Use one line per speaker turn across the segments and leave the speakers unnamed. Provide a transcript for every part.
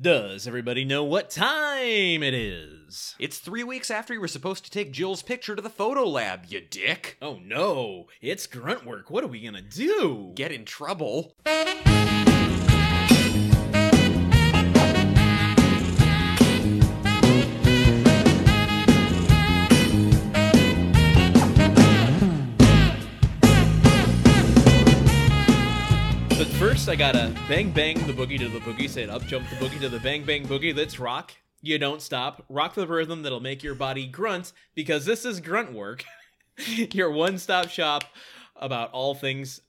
Does everybody know what time it is?
It's three weeks after you were supposed to take Jill's picture to the photo lab, you dick.
Oh no, it's grunt work. What are we gonna do?
Get in trouble.
But first, I gotta bang bang the boogie to the boogie, say it up, jump the boogie to the bang bang boogie. Let's rock. You don't stop. Rock the rhythm that'll make your body grunt because this is grunt work. your one stop shop about all things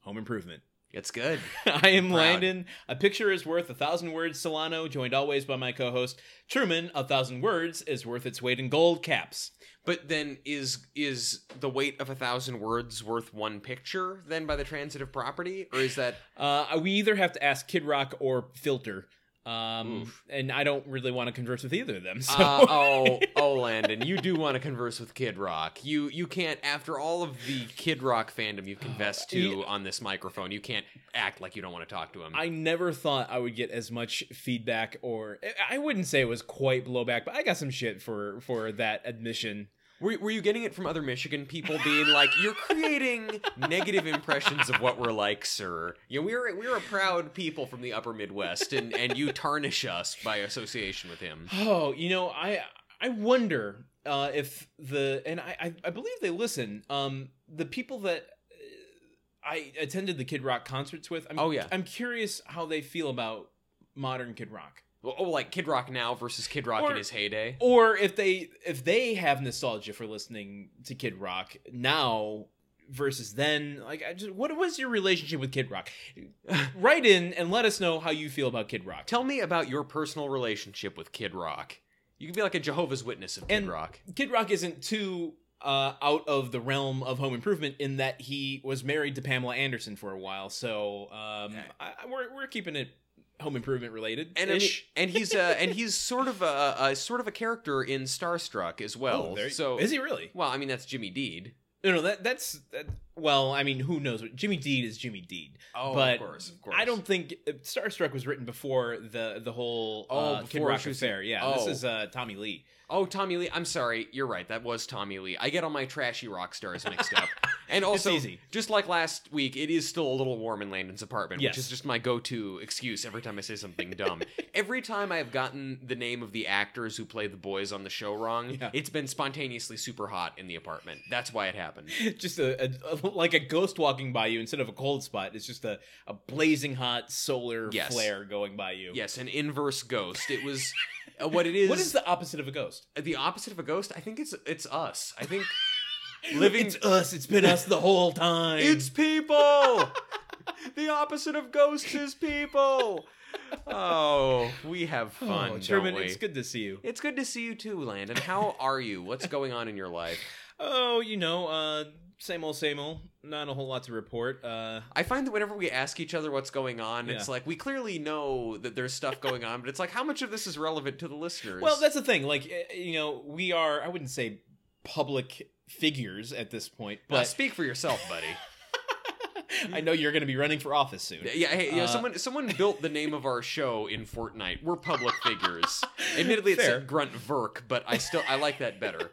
home improvement.
It's good.
I am
Proud.
Landon. A picture is worth a thousand words, Solano, joined always by my co host Truman. A thousand words is worth its weight in gold caps.
But then is is the weight of a thousand words worth one picture then by the transitive property? Or is that
Uh, we either have to ask Kid Rock or Filter. Um,
Oof.
and I don't really want to converse with either of them. So.
uh, oh oh Landon, you do want to converse with Kid Rock. You you can't after all of the Kid Rock fandom you've confessed to
Yeah.
on this microphone, you can't act like you don't want to talk to him.
I never thought I would get as much feedback, or I- I wouldn't say it was quite blowback, but I got some shit for for that admission.
Were, were you getting it from other Michigan people being like, "You're creating negative impressions of what we're like, sir"? You know, we're we're a proud people from the Upper Midwest, and and you tarnish us by association with him.
Oh, you know, I I wonder uh, if the and I, I I believe they listen. Um, the people that uh, I attended the Kid Rock concerts with. I'm,
Oh, yeah.
I'm curious how they feel about modern Kid Rock.
Well, Oh, like Kid Rock now versus Kid Rock
Or-
in his heyday.
or if they if they have nostalgia for listening to Kid Rock now versus then like I just, what was your relationship with Kid Rock write in and let us know how you feel about Kid Rock
Tell me about your personal relationship with Kid Rock. You could be like a Jehovah's Witness of Kid
And-
Rock.
Kid Rock isn't too uh, out of the realm of home improvement in that he was married to Pamela Anderson for a while so um
Yeah.
I, I- we're we're keeping it home improvement related
And, I mean- and he's uh, and he's sort of a, a sort of a character in Starstruck as
Oh,
well. oh, so
is he really
well, I mean that's Jimmy Deed.
no no that that's that, well I mean who knows what Jimmy Deed is Jimmy Deed
Oh,
but
of course, of course.
I don't think uh, Starstruck was written before the the whole
Oh,
uh, Kid
before
Rock
she was-
affair. Yeah, this
oh.
is uh, Tommy Lee.
Oh, Tommy Lee. I'm sorry. You're right. That was Tommy Lee. I get all my trashy rock stars mixed up. And also,
easy.
just like last week, it is still a little warm in Landon's apartment,
Yes.
which is just my go to excuse every time I say something dumb. every time I've gotten the name of the actors who play the boys on the show wrong,
Yeah.
it's been spontaneously super hot in the apartment. That's why it happened.
Just a, a- like a ghost walking by you instead of a cold spot. It's just a, a blazing hot solar
Yes.
flare going by you.
Yes, an inverse ghost. It was uh, what it is.
What is the opposite of a ghost?
the opposite of a ghost? I think it's it's us. I think living
It's us. It's been us the whole time.
It's people. the opposite of ghosts is people. Oh, we have
Oh,
fun,
Truman,
don't we?
it's good to see you.
It's good to see you too, Landon. How are you? What's going on in your life?
Oh, you know, uh, same old, same old. Not a whole lot to report. Uh,
I find that whenever we ask each other what's going on, it's
Yeah.
like we clearly know that there's stuff going on, but it's like how much of this is relevant to the listeners?
Well, that's the thing. Like, eh, you know, we are, I wouldn't say public figures at this point,
Now,
but
speak for yourself, buddy.
I know you're going to be running for office soon.
Yeah, hey, you know,
Uh,
someone someone built the name of our show in Fortnite. We're public figures. Admittedly, it's
Fair.
Grunt Verk, but I still I like that better.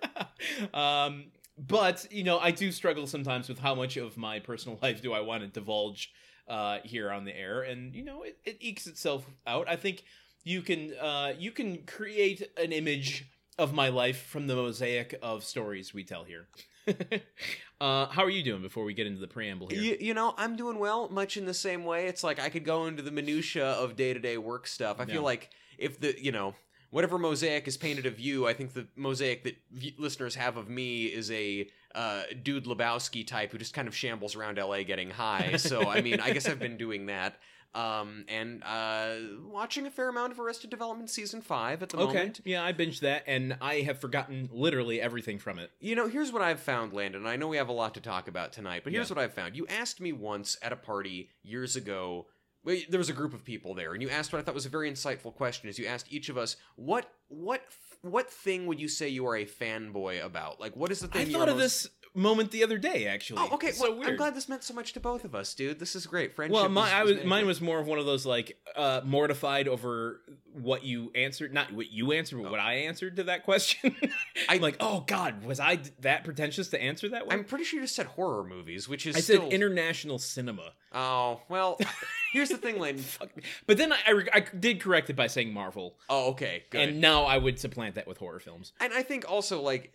um, but, you know, I do struggle sometimes with how much of my personal life do I want to divulge uh, here on the air. And, you know, it, it ekes itself out. I think you can uh, you can create an image of my life from the mosaic of stories we tell here. uh, how are you doing before we get into the preamble here?
You, you know, I'm doing well, much in the same way. It's like I could go into the minutia of day to day work stuff. I
Yeah.
feel like if the you know whatever mosaic is painted of you, I think the mosaic that v- listeners have of me is a uh, dude Lebowski type who just kind of shambles around L.A. getting high. So I mean, I guess I've been doing that. Um, and uh, watching a fair amount of Arrested Development season five at the moment.
Yeah, I binged that, and I have forgotten literally everything from it.
You know, here's what I've found, Landon. and I know we have a lot to talk about tonight, but here's
Yeah.
what I've found. You asked me once at a party years ago. well, There was a group of people there, and you asked what I thought was a very insightful question. Is you asked each of us what what f- what thing would you say you are a fanboy about? Like, what is the thing?
I
you are
thought of
most-
this moment the other day, actually.
Oh, okay.
It's
well,
so weird.
I'm glad this meant so much to both of us, dude. This is great. Friendship.
Well, my,
was,
I
was
was,
made.
mine was more of one of those like uh, mortified over what you answered, not what you answered, but what I answered to that question.
Oh. I-
I'm like, oh God, was I d- that pretentious to answer that way?
I'm pretty sure you just said horror movies, which is
I said
still-
international cinema,
Oh well, here's the thing, Lynn.
but then I, I, re- I did correct it by saying Marvel,
Oh, okay, good.
and now I would supplant that with horror films.
And I think also like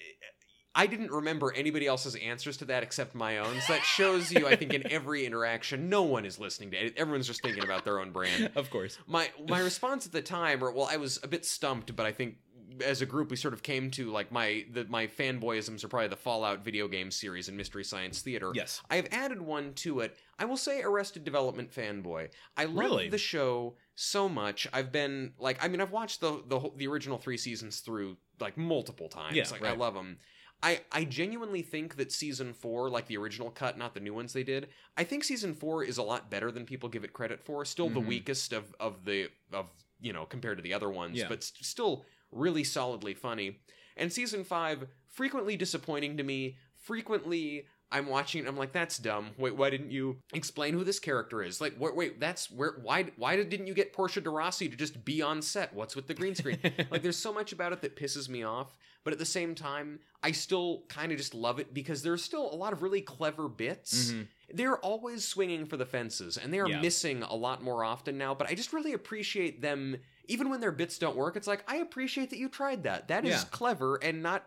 I didn't remember anybody else's answers to that except my own. So that shows you, I think, in every interaction, no one is listening to it. Everyone's just thinking about their own brand.
Of course,
My my response at the time, or well, I was a bit stumped, but I think as a group we sort of came to like my the, my fanboyisms are probably the Fallout video game series and Mystery Science Theater.
yes.
I have added one to it. I will say Arrested Development fanboy. I love
Really?
the show so much. I've been like, I mean, I've watched the the whole- the original three seasons through like multiple times.
Yeah,
like I
right.
love them. I, I genuinely think that season four, like the original cut, not the new ones they did, I think season four is a lot better than people give it credit for. Still the
Mhm.
weakest of of the of you know compared to the other ones,
Yeah.
but st- still really solidly funny. And season five frequently disappointing to me. Frequently, I'm watching. it, I'm like, that's dumb. Wait, why didn't you explain who this character is? Like, wait, wait, that's where. Why why didn't you get Portia de Rossi to just be on set? What's with the green screen? like there's so much about it that pisses me off but at the same time i still kind of just love it because there's still a lot of really clever bits
Mhm.
they're always swinging for the fences and they are
Yeah.
missing a lot more often now but i just really appreciate them even when their bits don't work it's like i appreciate that you tried that that is
Yeah.
clever and not,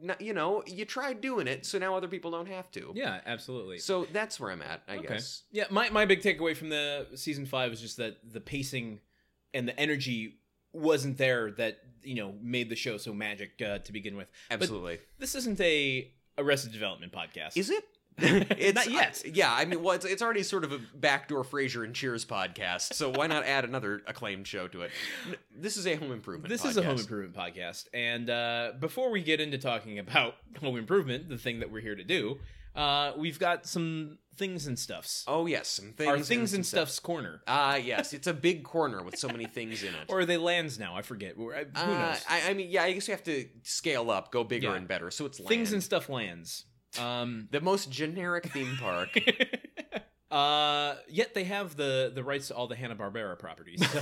not you know you tried doing it so now other people don't have to
Yeah, absolutely.
so that's where i'm at i
Okay.
guess
Yeah, my, my big takeaway from the season five is just that the pacing and the energy wasn't there that you know made the show so magic uh, to begin with.
absolutely
This isn't a Arrested Development podcast,
is it
it's, not yet.
I- yeah, I mean, well, it's, it's already sort of a backdoor Frasier and Cheers podcast, so why not add another acclaimed show to it? N- This is a home improvement.
this is a home
podcast.
improvement podcast, and uh, before we get into talking about home improvement, the thing that we're here to do, uh, we've got some things and stuffs.
Oh yes, some things.
Our things
some
and stuffs corner,
Ah yes, it's a big corner with so many things in it.
or are they lands now? I forget. Who knows?
Uh, I, I mean, yeah, I guess we have to scale up, go bigger
Yeah.
and better. So it's
things
land.
and stuff lands. Um,
the most generic theme park.
uh, yet they have the the rights to all the Hanna Barbera properties. So,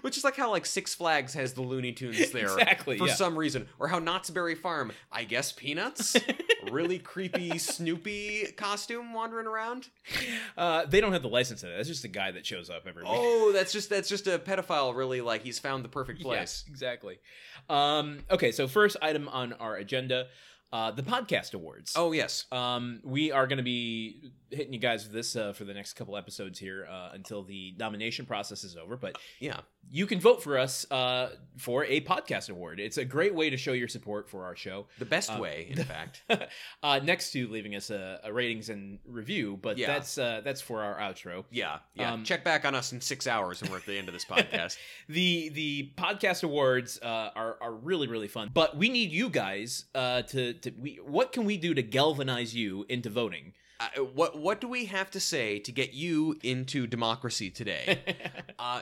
Which is like how like Six Flags has the Looney Tunes there
exactly.
for
yeah.
some reason, or how Knott's Berry Farm, I guess peanuts, really creepy Snoopy costume wandering around.
uh, they don't have the license to that. That's just a guy that shows up every week.
Oh, that's just that's just a pedophile. Really, like he's found the perfect place.
Yes, exactly. Um, okay, so first item on our agenda, uh, the podcast awards.
Oh yes,
Um, we are going to be hitting you guys with this uh, for the next couple episodes here uh, until the nomination process is over. But
yeah,
you can vote for us uh, for a podcast award. It's a great way to show your support for our show.
the best
Uh,
way, in fact.
uh, next to leaving us a, a ratings and review, but
Yeah.
that's uh, that's for our outro.
Yeah, yeah.
um,
Check back on us in six hours when we're at the end of this podcast.
The the podcast awards uh, are are really really fun, but we need you guys uh, to to we what can we do to galvanize you into voting?
uh, what what do we have to say to get you into democracy today? Uh,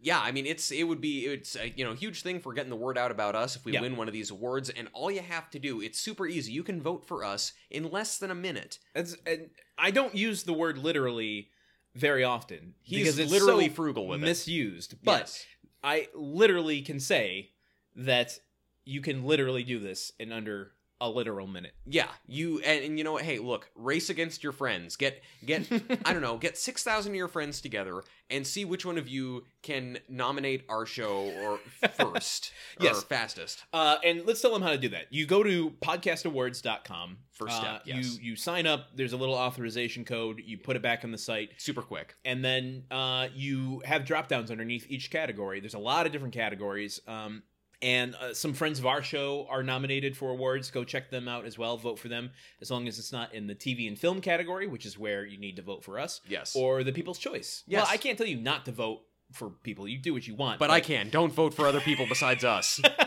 yeah, I mean it's it would be it's a, you know huge thing for getting the word out about us if we
Yeah.
win one of these awards and all you have to do it's super easy you can vote for us in less than a minute.
That's, and I don't use the word literally very often
He's
because it's
literally
so
frugal with it.
misused, but
Yes.
I literally can say that you can literally do this in under a literal minute.
yeah, you and, and you know what? Hey, look, race against your friends. Get get I don't know, get 6,000 of your friends together and see which one of you can nominate our show or first or
Yes.
fastest.
Uh, and let's tell them how to do that. You go to podcastawards.com.
First step,
Uh,
yes.
You you sign up. There's a little authorization code. You put it back on the site,
Super quick.
and then uh, you have drop downs underneath each category. There's a lot of different categories. Um, and uh, some friends of our show are nominated for awards. Go check them out as well. Vote for them as long as it's not in the TV and film category, which is where you need to vote for us,
Yes.
or the People's Choice.
Yes.
Well, I can't tell you not to vote for people. You do what you want.
but I can. Don't vote for other people besides us.
I.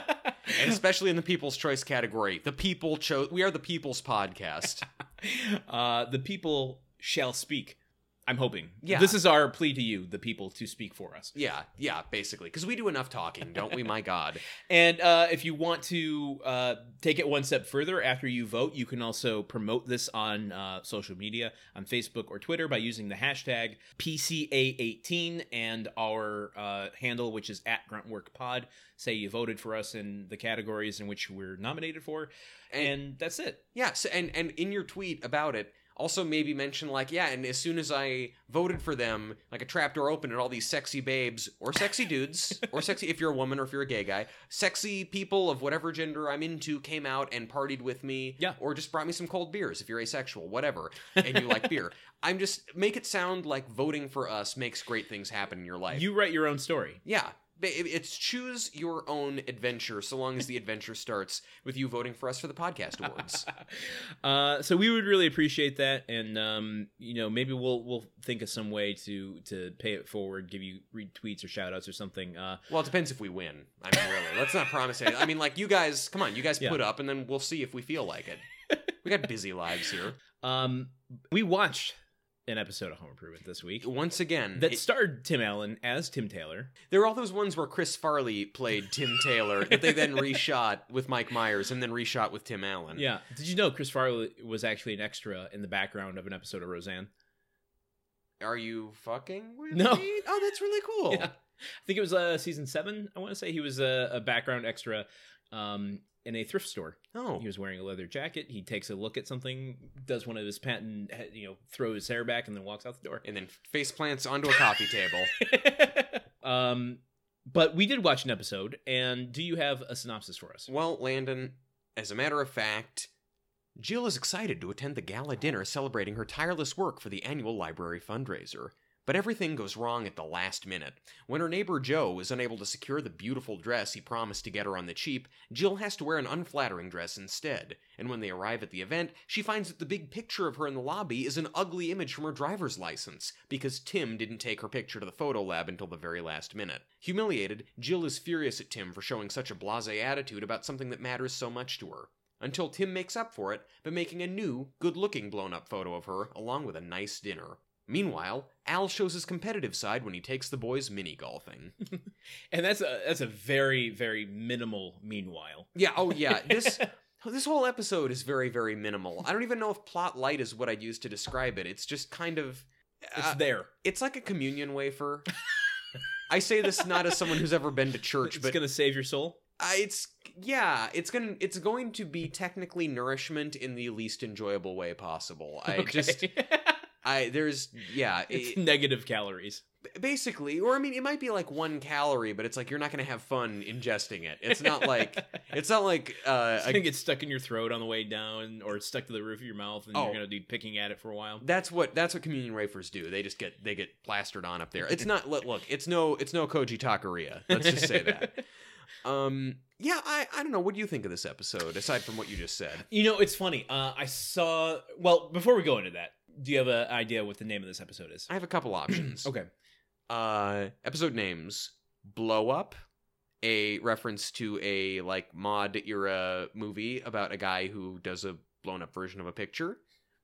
And especially in the people's choice category. The people chose we are the people's podcast.
uh, the people shall speak. I'm hoping.
Yeah.
This is our plea to you, the people, to speak for us.
Yeah, yeah, basically, because we do enough talking, don't we? My God,
And uh, if you want to uh, take it one step further after you vote, you can also promote this on uh, social media, on Facebook or Twitter, by using the hashtag PCA18 and our uh, handle, which is at GruntworkPod. Say you voted for us in the categories in which we're nominated for.
And-
and that's it.
yeah. So, and and in your tweet about it, also maybe mention like, yeah, and as soon as I voted for them, like a trapdoor opened and all these sexy babes or sexy dudes or sexy if you're a woman or if you're a gay guy, sexy people of whatever gender I'm into came out and partied with me,
Yeah.
or just brought me some cold beers if you're asexual, whatever, and you like beer. I'm just make it sound like voting for us makes great things happen in your life.
You write your own story.
Yeah. ba- it- It's choose your own adventure so long as the adventure starts with you voting for us for the podcast awards.
uh, so we would really appreciate that, and um, you know maybe we'll we'll think of some way to to pay it forward, give you retweets or shout outs or something. Uh,
well, it depends if we win. I mean, really. Let's not promise anything. I mean, like, you guys, come on, you guys
Yeah.
put up and then we'll see if we feel like it. We got busy lives here.
um, we watched an episode of Home Improvement this week
Once again,
that
Mm, it-
starred Tim Allen as Tim Taylor.
there were all those ones where Chris Farley played Tim Taylor that they then reshot with Mike Myers and then reshot with Tim Allen.
Yeah, did you know Chris Farley was actually an extra in the background of an episode of Roseanne?
Are you fucking with
No.
me? Oh, that's really cool.
Yeah. I think it was uh, season seven. I want to say he was uh, a, a background extra um, in a thrift store.
Oh.
He was wearing a leather jacket. He takes a look at something, does one of his patent, you know, throws his hair back, and then walks out the door.
And then face plants onto a coffee table.
um, but we did watch an episode, and do you have a synopsis for us?
Well, Landon, as a matter of fact, Jill is excited to attend the gala dinner celebrating her tireless work for the annual library fundraiser. But everything goes wrong at the last minute. When her neighbor Joe is unable to secure the beautiful dress he promised to get her on the cheap, Jill has to wear an unflattering dress instead. And when they arrive at the event, she finds that the big picture of her in the lobby is an ugly image from her driver's license, because Tim didn't take her picture to the photo lab until the very last minute. Humiliated, Jill is furious at Tim for showing such a blase attitude about something that matters so much to her. Until Tim makes up for it by making a new, good looking blown up photo of her, along with a nice dinner. Meanwhile, Al shows his competitive side when he takes the boys mini golfing.
And that's a that's a very very minimal. Meanwhile,
Yeah, oh yeah, this this whole episode is very very minimal. I don't even know if plot light is what I'd use to describe it. It's just kind of
it's
uh,
there.
it's like a communion wafer. I say this not as someone who's ever been to church,
It's
but
gonna save your soul.
uh, it's yeah, it's going to it's going to be technically nourishment in the least enjoyable way possible. I
Okay.
just I there's yeah,
it's
it-
negative calories.
basically, or I mean, it might be like one calorie, but it's like you're not going to have fun ingesting it. It's not like it's not like uh,
It's
a-
gonna get stuck in your throat on the way down, or stuck to the roof of your mouth, and
Oh.
you're gonna be picking at it for a while.
that's what that's what communion wafers do. They just get they get plastered on up there. It's not look, look it's no it's no Koji Takaria. Let's just say that. Um, yeah, I I don't know. What do you think of this episode aside from what you just said?
You know, it's funny. Uh, I saw. Well, before we go into that, do you have an idea what the name of this episode is?
I have a couple options.
Okay.
Uh, episode names: Blow Up, a reference to a like mod era movie about a guy who does a blown up version of a picture.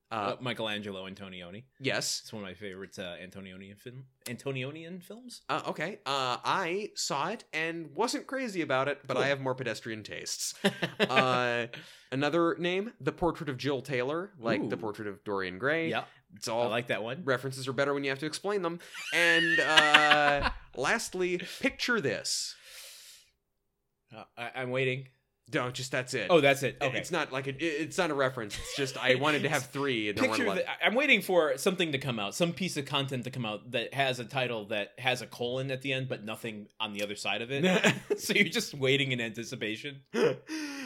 Uh,
Uh, Michelangelo Antonioni.
yes.
It's one of my favorite uh, Antonionian film Antonionian films.
Uh, okay. Uh, I saw it and wasn't crazy about it, but
Cool.
I have more pedestrian tastes. uh, another name: The Portrait of Jill Taylor, like the
Ooh.
Portrait of Dorian Gray.
yeah,
It's
I
all
like that one.
references are better when you have to explain them. And uh, lastly, picture this.
Uh, I, I'm waiting.
No, just that's it.
Oh, that's it. Okay.
It's not like a, it- it's not a reference. It's just I wanted to have three and there
Picture
weren't a lot.
that, I- I'm waiting for something to come out, some piece of content to come out that has a title that has a colon at the end, but nothing on the other side of it. so you're just waiting in anticipation.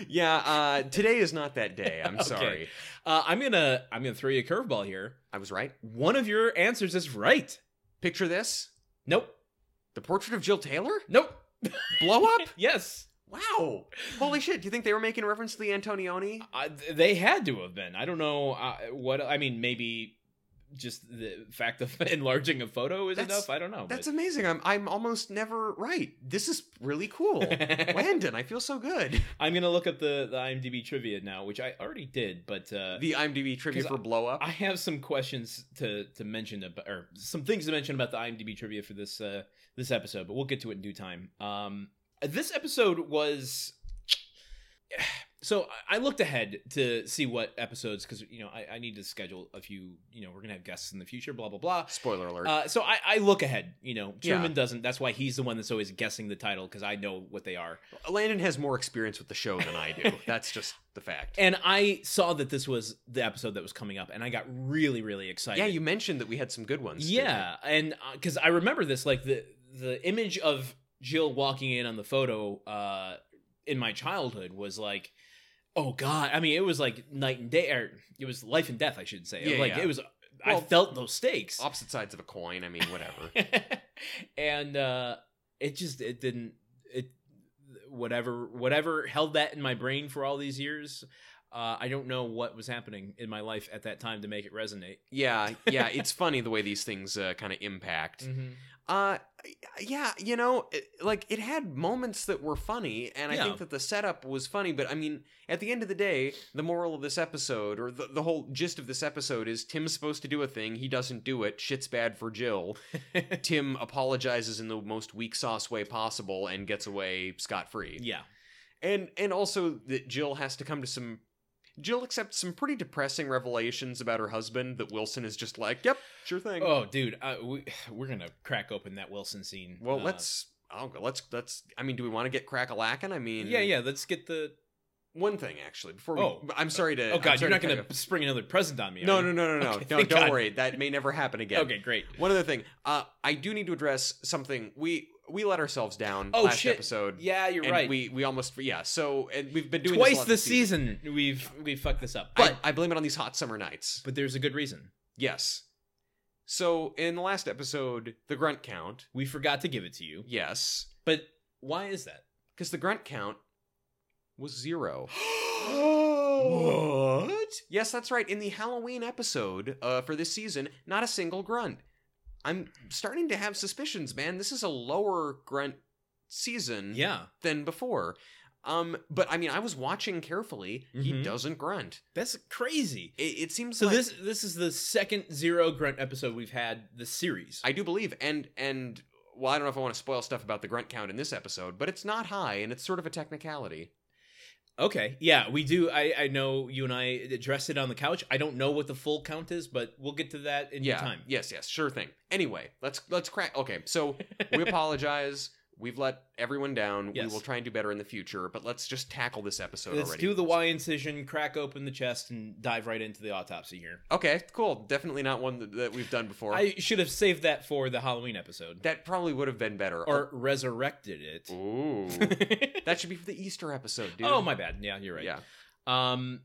yeah, uh, today is not that day. I'm
Okay.
sorry.
Uh, I'm gonna I'm gonna throw you a curveball here.
I was right.
One of your answers is right.
Picture this:
Nope.
the portrait of Jill Taylor.
Nope.
Blow up.
Yes.
Wow. Holy shit! Do you think they were making a reference to the Antonioni?
I, they had to have been. I don't know uh, what. I mean, maybe just the fact of enlarging a photo is
That's-
enough. I don't know.
That's amazing. I'm I'm almost never right. This is really cool.
but-
Landon, I feel so good.
I'm gonna look up the, the IMDb trivia now, which I already did, but uh,
The IMDb trivia
'Cause
for blow up.
I have some questions to to mention about, or some things to mention about the IMDb trivia for this uh, this episode, but we'll get to it in due time. Um, this episode was. So I- I looked ahead to see what episodes because you know I, I need to schedule a few you know we're gonna have guests in the future blah blah blah
Spoiler alert.
uh, so I, I look ahead you know
Yeah.
Truman doesn't that's why he's the one that's always guessing the title because I know what they are
Landon has more experience with the show than I do. That's just the fact.
And I saw that this was the episode that was coming up, and I got really, really excited.
yeah, you mentioned that we had some good ones. didn't
yeah, and because I remember this, like the the image of Jill walking in on the photo uh, in my childhood was like, oh god. I mean, it was like night and day, or it was life and death, I should say.
Yeah,
like
yeah.
it was. I
Well,
felt those stakes,
we? Opposite sides of a coin. I mean, whatever.
and uh, it just it didn't it whatever whatever held that in my brain for all these years. Uh, I don't know what was happening in my life at that time to make it resonate.
yeah, yeah. It's funny the way these things uh, kind of impact. Uh, yeah, you know, it, like it had moments that were funny, and I
Yeah.
think that the setup was funny. But I mean, at the end of the day, the moral of this episode, or the, the whole gist of this episode, is Tim's supposed to do a thing, he doesn't do it. Shit's bad for Jill. Tim apologizes in the most weak sauce way possible and gets away scot free.
Yeah,
and and also that Jill has to come to some. Jill accepts some pretty depressing revelations about her husband that Wilson is just like, "Yep, sure thing."
Oh, dude, uh, we we're gonna crack open that Wilson scene.
Well,
Uh,
let's. I'll go. Let's. Let's. I mean, do we want to get crack a lacking? I mean,
Yeah, yeah. Let's get the.
One thing actually, before we.
Oh.
I'm sorry to.
Oh
Uh, I'm
God,
sorry
you're not
to cut
gonna spring another present on me.
you off. No,
are
no,
you?
no, no, no,
Okay,
no.
thank
Don't
God.
worry. That may never happen again.
Okay, great.
One other thing. Uh, I do need to address something. We we let ourselves down
Oh,
last
shit.
episode.
Yeah, you're
and
right.
We we almost yeah. So and we've been doing this a
Twice
lot
the
this
season, we've we fucked this up,
I-
but
I, blame it on these hot summer nights.
but there's a good reason.
Yes. So in the last episode, the grunt count.
We forgot to give it to you,
Yes,
but why is that?
because the grunt count was zero.
what?
Yes, that's right. In the Halloween episode uh, for this season, not a single grunt. I'm starting to have suspicions, man. This is a lower grunt season
Yeah,
than before. Um, but I mean, I was watching carefully. He
Mhm.
doesn't grunt.
that's crazy.
It, it seems
So
like,
this this is the second zero grunt episode we've had this series.
I do believe, and and well, I don't know if I want to spoil stuff about the grunt count in this episode, but it's not high, and it's sort of a technicality.
okay, yeah, we do. I I know you and I addressed it on the couch. I don't know what the full count is, but we'll get to that in due
yeah.
time.
Yes. Yes. Sure thing. Anyway, let's let's crack. Okay. So we apologize. We've let everyone down.
Yes.
We will try and do better in the future, but let's just tackle this episode
Let's
already.
do the Y incision, crack open the chest, and dive right into the autopsy here.
Okay, cool. Definitely not one that, that we've done before.
I should have saved that for the Halloween episode
that probably would have been better.
or resurrected it.
ooh, that should be for the Easter episode, dude.
oh my bad. Yeah, you're right.
Yeah.
Um,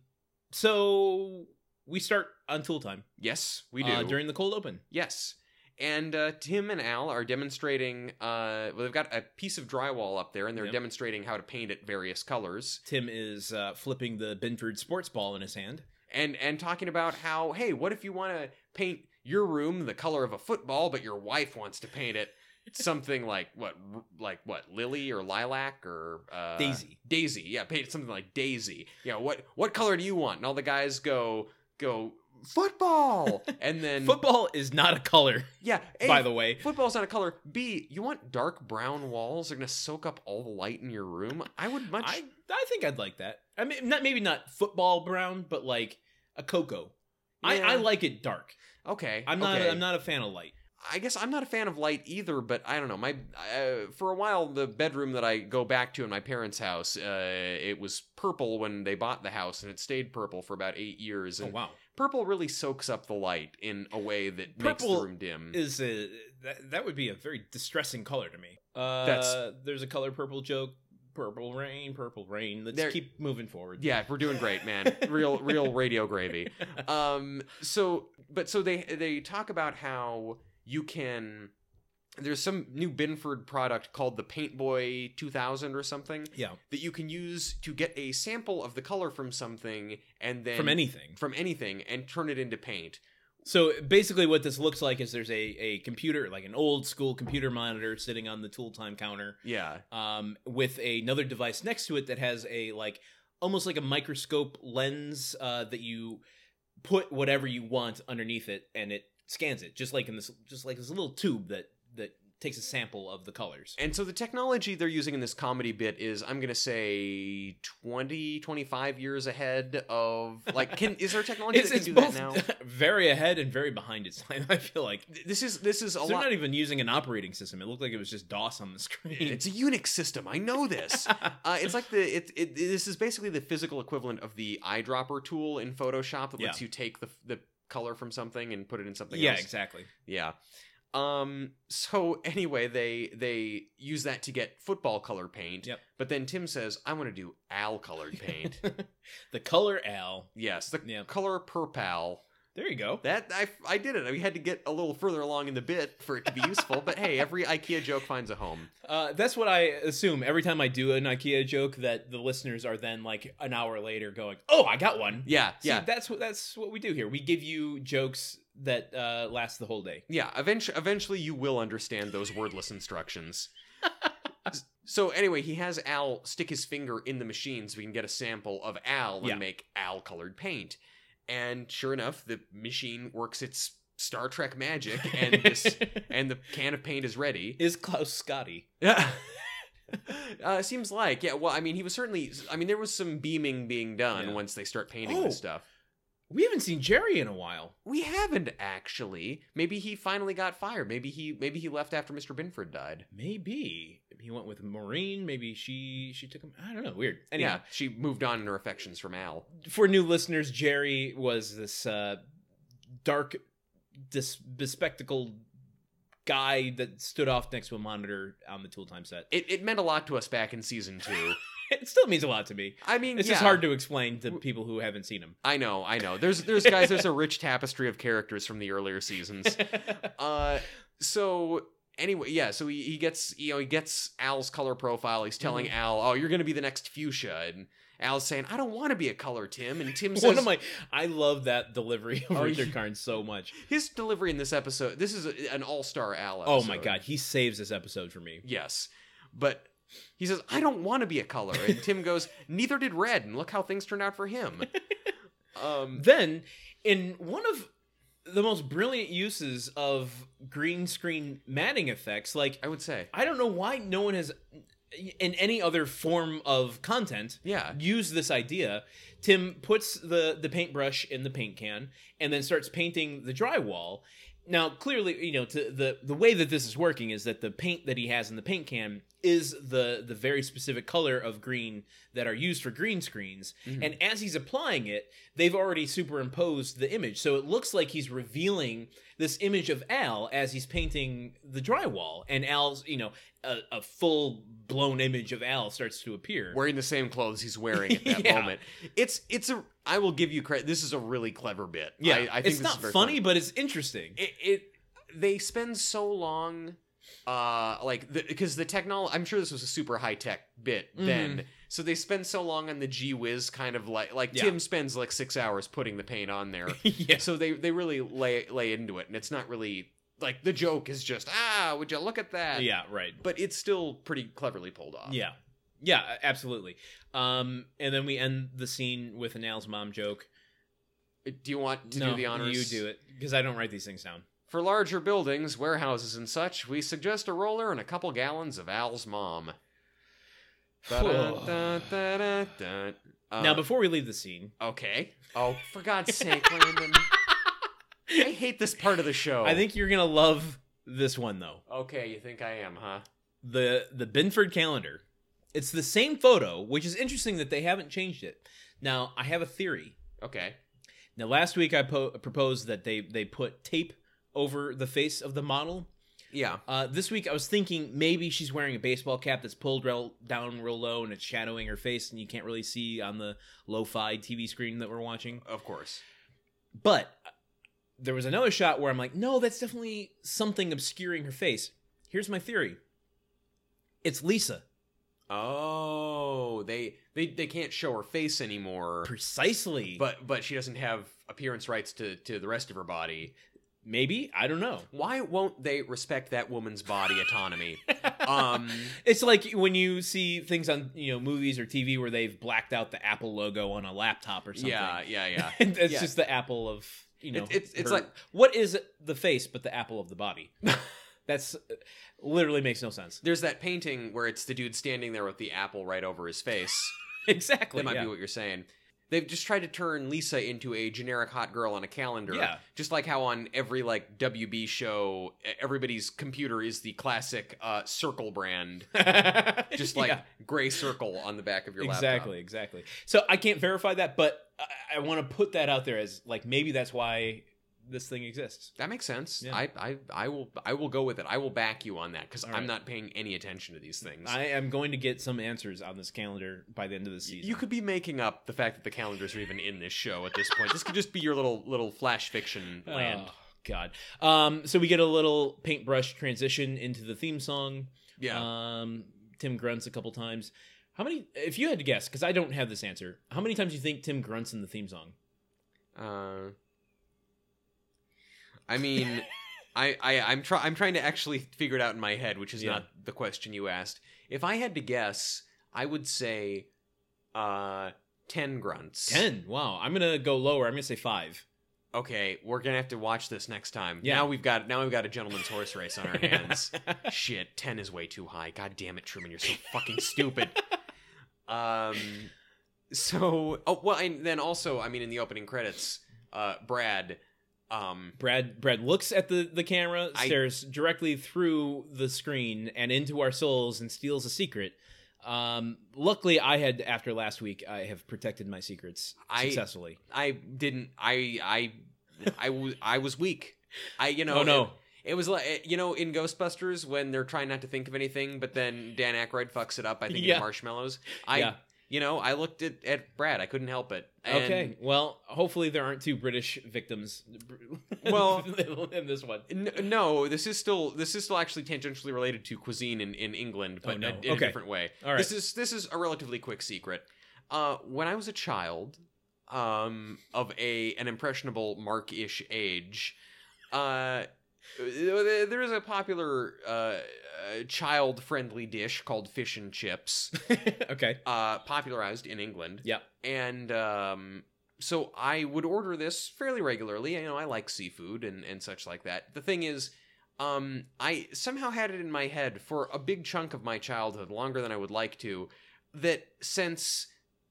so we start on tool time.
Yes, we do.
uh, during the cold open.
Yes. And uh, Tim and Al are demonstrating. Uh, well, they've got a piece of drywall up there, and they're
Yep.
demonstrating how to paint it various colors,
Tim is uh, flipping the Benford sports ball in his hand.
and and talking about how, hey, what if you want to paint your room the color of a football, but your wife wants to paint it something like what, r- like what, lily or lilac or uh,
Daisy.
Daisy, yeah, paint it something like Daisy. Yeah, what what color do you want? And all the guys go go football, and then
Football is not a color,
yeah,
by
hey,
the way.
Football's not a color. B, you want dark brown walls? They're gonna soak up all the light in your room. I would much.
I I think I'd like that. I mean, not maybe not football brown, but like a cocoa.
Yeah.
I, I like it dark.
okay,
I'm not
okay.
I'm not a fan of light.
I guess I'm not a fan of light either. But I don't know. My uh, for a while, the bedroom that I go back to in my parents' house, uh, it was purple when they bought the house, and it stayed purple for about eight years.
Oh
And
wow,
purple really soaks up the light in a way that makes the
Purple
room dim.
is a that, that would be a very distressing color to me. Uh,
That's-
there's a color purple joke. Purple rain, purple rain. Let's
There-
keep moving forward.
Yeah, we're doing great, man. Real, real radio gravy. Um, so, but so they they talk about how you can. There's some new Binford product called the Paint Boy 2000 or something
yeah.
that you can use to get a sample of the color from something and then
From anything.
from anything and turn it into paint.
So basically, what this looks like is there's a, a computer, like an old school computer monitor, sitting on the tool time counter,
Yeah.
um, with another device next to it that has a like almost like a microscope lens uh, that you put whatever you want underneath it, and it scans it, just like in this, just like this little tube that that takes a sample of the colors.
And so the technology they're using in this comedy bit is, I'm going to say, 20, 25 years ahead of. Like, can is there technology that can do that now?
very ahead and very behind its time. I feel like
Th- This is this is a
they're
lot.
not even using an operating system. It looked like it was just DOS on the screen.
it's a Unix system. I know this. Uh, it's like the it, it. This is basically the physical equivalent of the eyedropper tool in Photoshop that lets you take the the color from something and put it in something
yeah,
else.
exactly.
Yeah. Um so anyway, they they use that to get football color paint.
Yep.
But then Tim says, I want to do al colored paint.
the color Al.
yes, the
Yep.
color purpal.
There you go.
That I I did it. We had to get a little further along in the bit for it to be useful, but hey, every IKEA joke finds a home.
Uh, that's what I assume every time I do an IKEA joke that the listeners are then like an hour later going, "Oh, I got one."
Yeah,
See,
yeah.
that's what that's what we do here. We give you jokes that uh, last the whole day.
Yeah, eventually, eventually you will understand those wordless instructions. S- so anyway, he has Al stick his finger in the machine so we can get a sample of Al and
Yeah.
make Al colored paint. And sure enough, the machine works its Star Trek magic, and this and the can of paint is ready.
is Klaus Scotty.
Yeah. Uh, seems like yeah. Well, I mean, he was certainly. I mean, there was some beaming being done
Yeah.
once they start painting
Oh.
this stuff.
We haven't seen Jerry in a while.
We haven't actually. Maybe he finally got fired. Maybe he maybe he left after Mr. Binford died.
Maybe he went with Maureen. Maybe she she took him. I don't know. Weird. Anyway,
yeah, she moved on in her affections from Al.
for new listeners, Jerry was this uh, dark, dis- bespectacled guy that stood off next to a monitor on the tool time set.
It, it meant a lot to us back in season two.
It still means a lot to me.
I mean,
It's
yeah,
just hard to explain to people who haven't seen him.
I know, I know. There's there's guys. There's a rich tapestry of characters from the earlier seasons. Uh, so anyway, yeah. So he, he gets you know he gets Al's color profile. He's telling
Mm-hmm.
Al, "Oh, you're gonna be the next fuchsia," and Al's saying, "I don't want to be a color, Tim." And Tim
One
says,
of my, I love that delivery of
Oh,
Richard
yeah.
Karn so much.
"His delivery in this episode. This is a, an all-star Al."
Oh my
episode.
god, he saves this episode for me.
Yes. But he says, I don't want to be a color. And Tim goes, Neither did Red. And look how things turned out for him. Um,
Then, in one of the most brilliant uses of green screen matting effects, like
I would say.
I don't know why no one has, in any other form of content,
Yeah.
used this idea. Tim puts the the paintbrush in the paint can and then starts painting the drywall. Now, clearly, you know, to the the way that this is working is that the paint that he has in the paint can is the the very specific color of green that are used for green screens.
Mhm.
And as he's applying it, they've already superimposed the image, so it looks like he's revealing this image of Al as he's painting the drywall, and Al's, you know, a, a full blown image of Al starts to appear.
Wearing the same clothes he's wearing at that
Yeah.
moment. It's, it's a, I will give you credit. This is a really clever bit.
Yeah,
I, I think
it's
this
not
is very
funny, but it's interesting.
it, it they spend so long uh like because the, technology i'm sure this was a super high tech bit then so they spend so long on the gee whiz kind of like like
Yeah.
tim spends like six hours putting the paint on there
yes,
so they they really lay lay into it and it's not really like the joke is just ah would you look at that
yeah, right.
but it's still pretty cleverly pulled off
Yeah, yeah, absolutely. Um, and then we end the scene with an Al's mom joke.
do you want to
No,
do the honors
You do it because I don't write these things down.
for larger buildings warehouses and such we suggest a roller and a couple gallons of al's mom Da-da-da-da-da. Uh,
now, before we leave the scene,
okay oh for god's sake landon i hate this part of the show
I think you're gonna love this one though.
okay you think i am huh
the the Binford calendar. It's the same photo, which is interesting that they haven't changed it. Now, I have a theory.
okay
Now, last week I po- proposed that they they put tape over the face of the model.
yeah
Uh, this week I was thinking maybe she's wearing a baseball cap that's pulled real, down real low and it's shadowing her face, and you can't really see on the lo-fi TV screen that we're watching.
of course
But uh, there was another shot where I'm like, no, that's definitely something obscuring her face. Here's my theory. It's Lisa.
Oh, they they they can't show her face anymore.
Precisely.
But but she doesn't have appearance rights to to the rest of her body.
maybe I don't know.
Why won't they respect that woman's body autonomy? um
It's like when you see things on you know movies or TV where they've blacked out the Apple logo on a laptop or something.
yeah, yeah, yeah.
and it's
Yeah.
just the apple of you know.
It- it's- it's
her-
like-
what is the face but the apple of the body? That's uh, literally makes no sense.
There's that painting where it's the dude standing there with the apple right over his face.
Exactly.
That might
yeah.
be what you're saying. They've just tried to turn Lisa into a generic hot girl on a calendar.
Yeah.
Just like how on every like WB show, e- everybody's computer is the classic uh, circle brand, just like
Yeah,
gray circle on the back of your
exactly,
laptop.
exactly. So I can't verify that, but I, I want to put that out there as like maybe that's why this thing exists.
That makes sense.
Yeah.
I, I I will I will go with it. I will back you on that because
All
I'm
right.
not paying any attention to these things.
I am going to get some answers on this calendar by the end of the season.
you could be making up the fact that the calendars are even in this show at this point. this could just be your little little flash fiction land.
Oh, God. Um, so we get a little paintbrush transition into the theme song.
yeah.
Um, Tim grunts a couple times. How many? If you had to guess, because I don't have this answer, how many times do you think Tim grunts in the theme song?
Uh, I mean, I, I I'm try I'm trying to actually figure it out in my head, which is
Yeah.
not the question you asked. If I had to guess, I would say, uh, ten grunts.
Ten. Wow. I'm gonna go lower. I'm gonna say five.
Okay, we're gonna have to watch this next time.
Yeah.
Now we've got now we've got a gentleman's horse race on our hands. Shit, ten is way too high. God damn it, Truman, you're so fucking stupid. um, so oh well, and then also, I mean, in the opening credits, uh, Brad, um,
Brad. Brad looks at the the camera,
I-
stares directly through the screen and into our souls, and steals a secret. Um, luckily, I had after last week, I have protected my secrets
I-
successfully.
I didn't. I I I was I was weak. I you know.
oh no!
It, it was like you know in Ghostbusters when they're trying not to think of anything, but then Dan Aykroyd fucks it up. I think
Yeah.
in marshmallows. I
Yeah.
you know I looked at, at Brad. I couldn't help it. And-
Okay. Well, hopefully there aren't two British victims.
Well-
in this one.
N- no, this is still this is still actually tangentially related to cuisine in, in England,
Oh,
but
no.
in, in
Okay.
a different way.
All right.
This is this is a relatively quick secret. Uh, when I was a child, um, of a an impressionable Mark-ish age, uh, there is a popular uh, uh, child-friendly dish called fish and chips,
okay.
uh, popularized in England.
Yep.
and um, so I would order this fairly regularly. You know, I like seafood and and such like that. The thing is. Um, I somehow had it in my head for a big chunk of my childhood, longer than I would like to, that since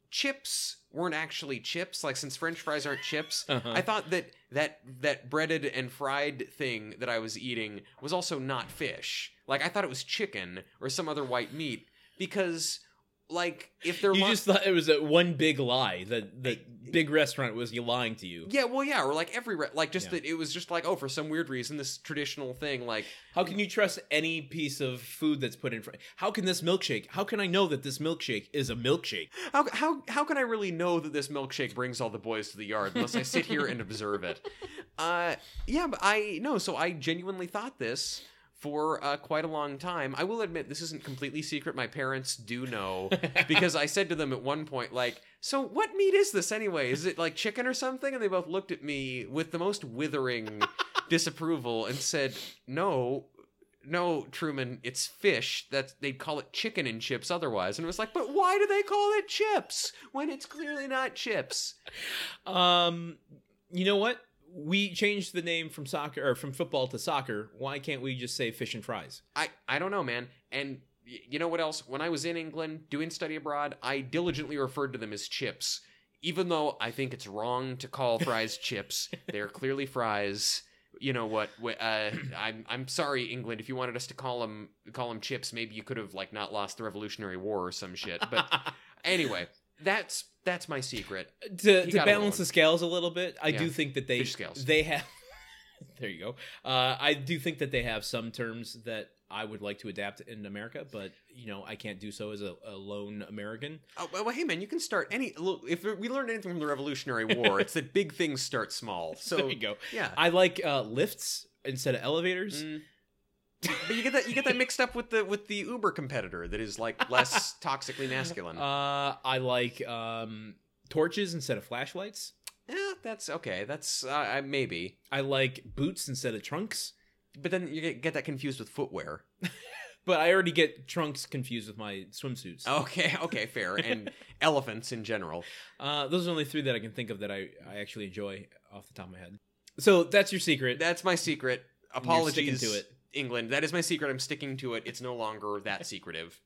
chips weren't actually chips, like since French fries aren't chips,
Uh-huh.
I thought that that that breaded and fried thing that I was eating was also not fish. Like I thought it was chicken or some other white meat because like if they're
you
li-
just thought it was a one big lie that the big restaurant was you lying to you.
yeah, well, yeah, or like every re- like just
Yeah.
that it was just like oh, for some weird reason, this traditional thing like
How can you trust any piece of food that's put in front? How can this milkshake? How can I know that this milkshake is a milkshake?
how how how can I really know that this milkshake brings all the boys to the yard unless I sit here and observe it? Uh, yeah, but I no, so I genuinely thought this for uh, quite a long time. I will admit this isn't completely secret. My parents do know because I said to them at one point, like, "So what meat is this anyway? Is it like chicken or something?" And they both looked at me with the most withering disapproval and said, "No." No, Truman, it's fish. That's they'd call it chicken and chips otherwise. And it was like, but why do they call it chips when it's clearly not chips?
Um, you know what? We changed the name from soccer or from football to soccer. Why can't we just say fish and fries?
I I don't know, man. And y- you know what else? When I was in England doing study abroad, I diligently referred to them as chips, even though I think it's wrong to call fries chips. They're clearly fries. You know what? wh- Uh, I'm I'm sorry, England. If you wanted us to call them call 'em chips, maybe you could have like not lost the Revolutionary War or some shit. But anyway, that's that's my secret.
to,
He
to
got
balance
alone.
the scales a little bit, I
Yeah.
do think that they
Fish scales.
they have. there you go. Uh, I do think that they have some terms that I would like to adapt in America, but you know I can't do so as a, a lone American.
Oh, well, hey man, you can start any. Look, if we learned anything from the Revolutionary War, it's that big things start small.
there
So
you go.
yeah.
I like uh, lifts instead of elevators.
Mm. But you get that you get that mixed up with the with the Uber competitor that is like less toxically masculine.
Uh, I like um, torches instead of flashlights.
yeah, that's okay. That's uh, I- maybe.
I like boots instead of trunks.
But then you get, get that confused with footwear.
But I already get trunks confused with my
Oh,
swimsuits.
Okay, okay, fair. And elephants in general.
Uh, those are only three that I can think of that I, I actually enjoy off the top of my head. So that's your secret.
That's my secret.
and you're sticking
Apologies,
to it.
England. That is my secret. I'm sticking to it. It's no longer that secretive.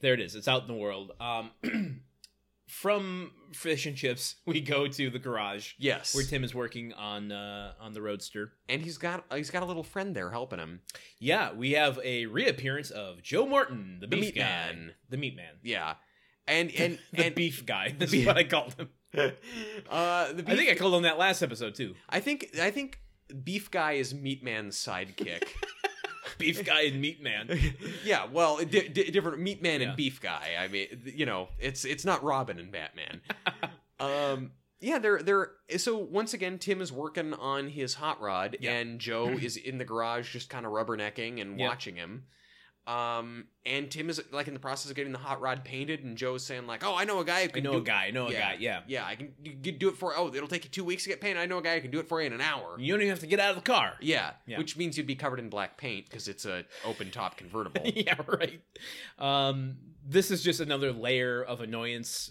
There it is. It's out in the world. Um, from fish and chips, we go to the garage
Yes.
where Tim is working on uh, on the Roadster.
and he's got he's got a little friend there helping him.
Yeah, we have a reappearance of Joe Martin, the,
The
beef
meat
guy.
man.
the meat man,
Yeah. And and
the
and
beef guy. That's
beef-
what I called him.
uh the beef,
I think I called him that last episode too.
I think I think beef guy is meat man's sidekick.
Beef guy and meat man.
yeah, well, di- di- different meat man
Yeah.
and beef guy. I mean, th- you know, it's it's not Robin and Batman. um yeah, they're they're so once again Tim is working on his hot rod
Yeah.
and Joe is in the garage just kind of rubbernecking and
Yeah.
watching him. Um and Tim is like in the process of getting the hot rod painted and Joe's saying like, "Oh, I know a guy
I
who can
know
do
a guy. I know a
yeah.
guy. Yeah.
Yeah, I can you can do it for oh, it'll take you 2 weeks to get painted. I know a guy who can do it for you in an hour."
You don't even have to get out of the car.
Yeah,
Yeah.
which means you'd be covered in black paint because it's a open top convertible.
yeah, right. Um, this is just another layer of annoyance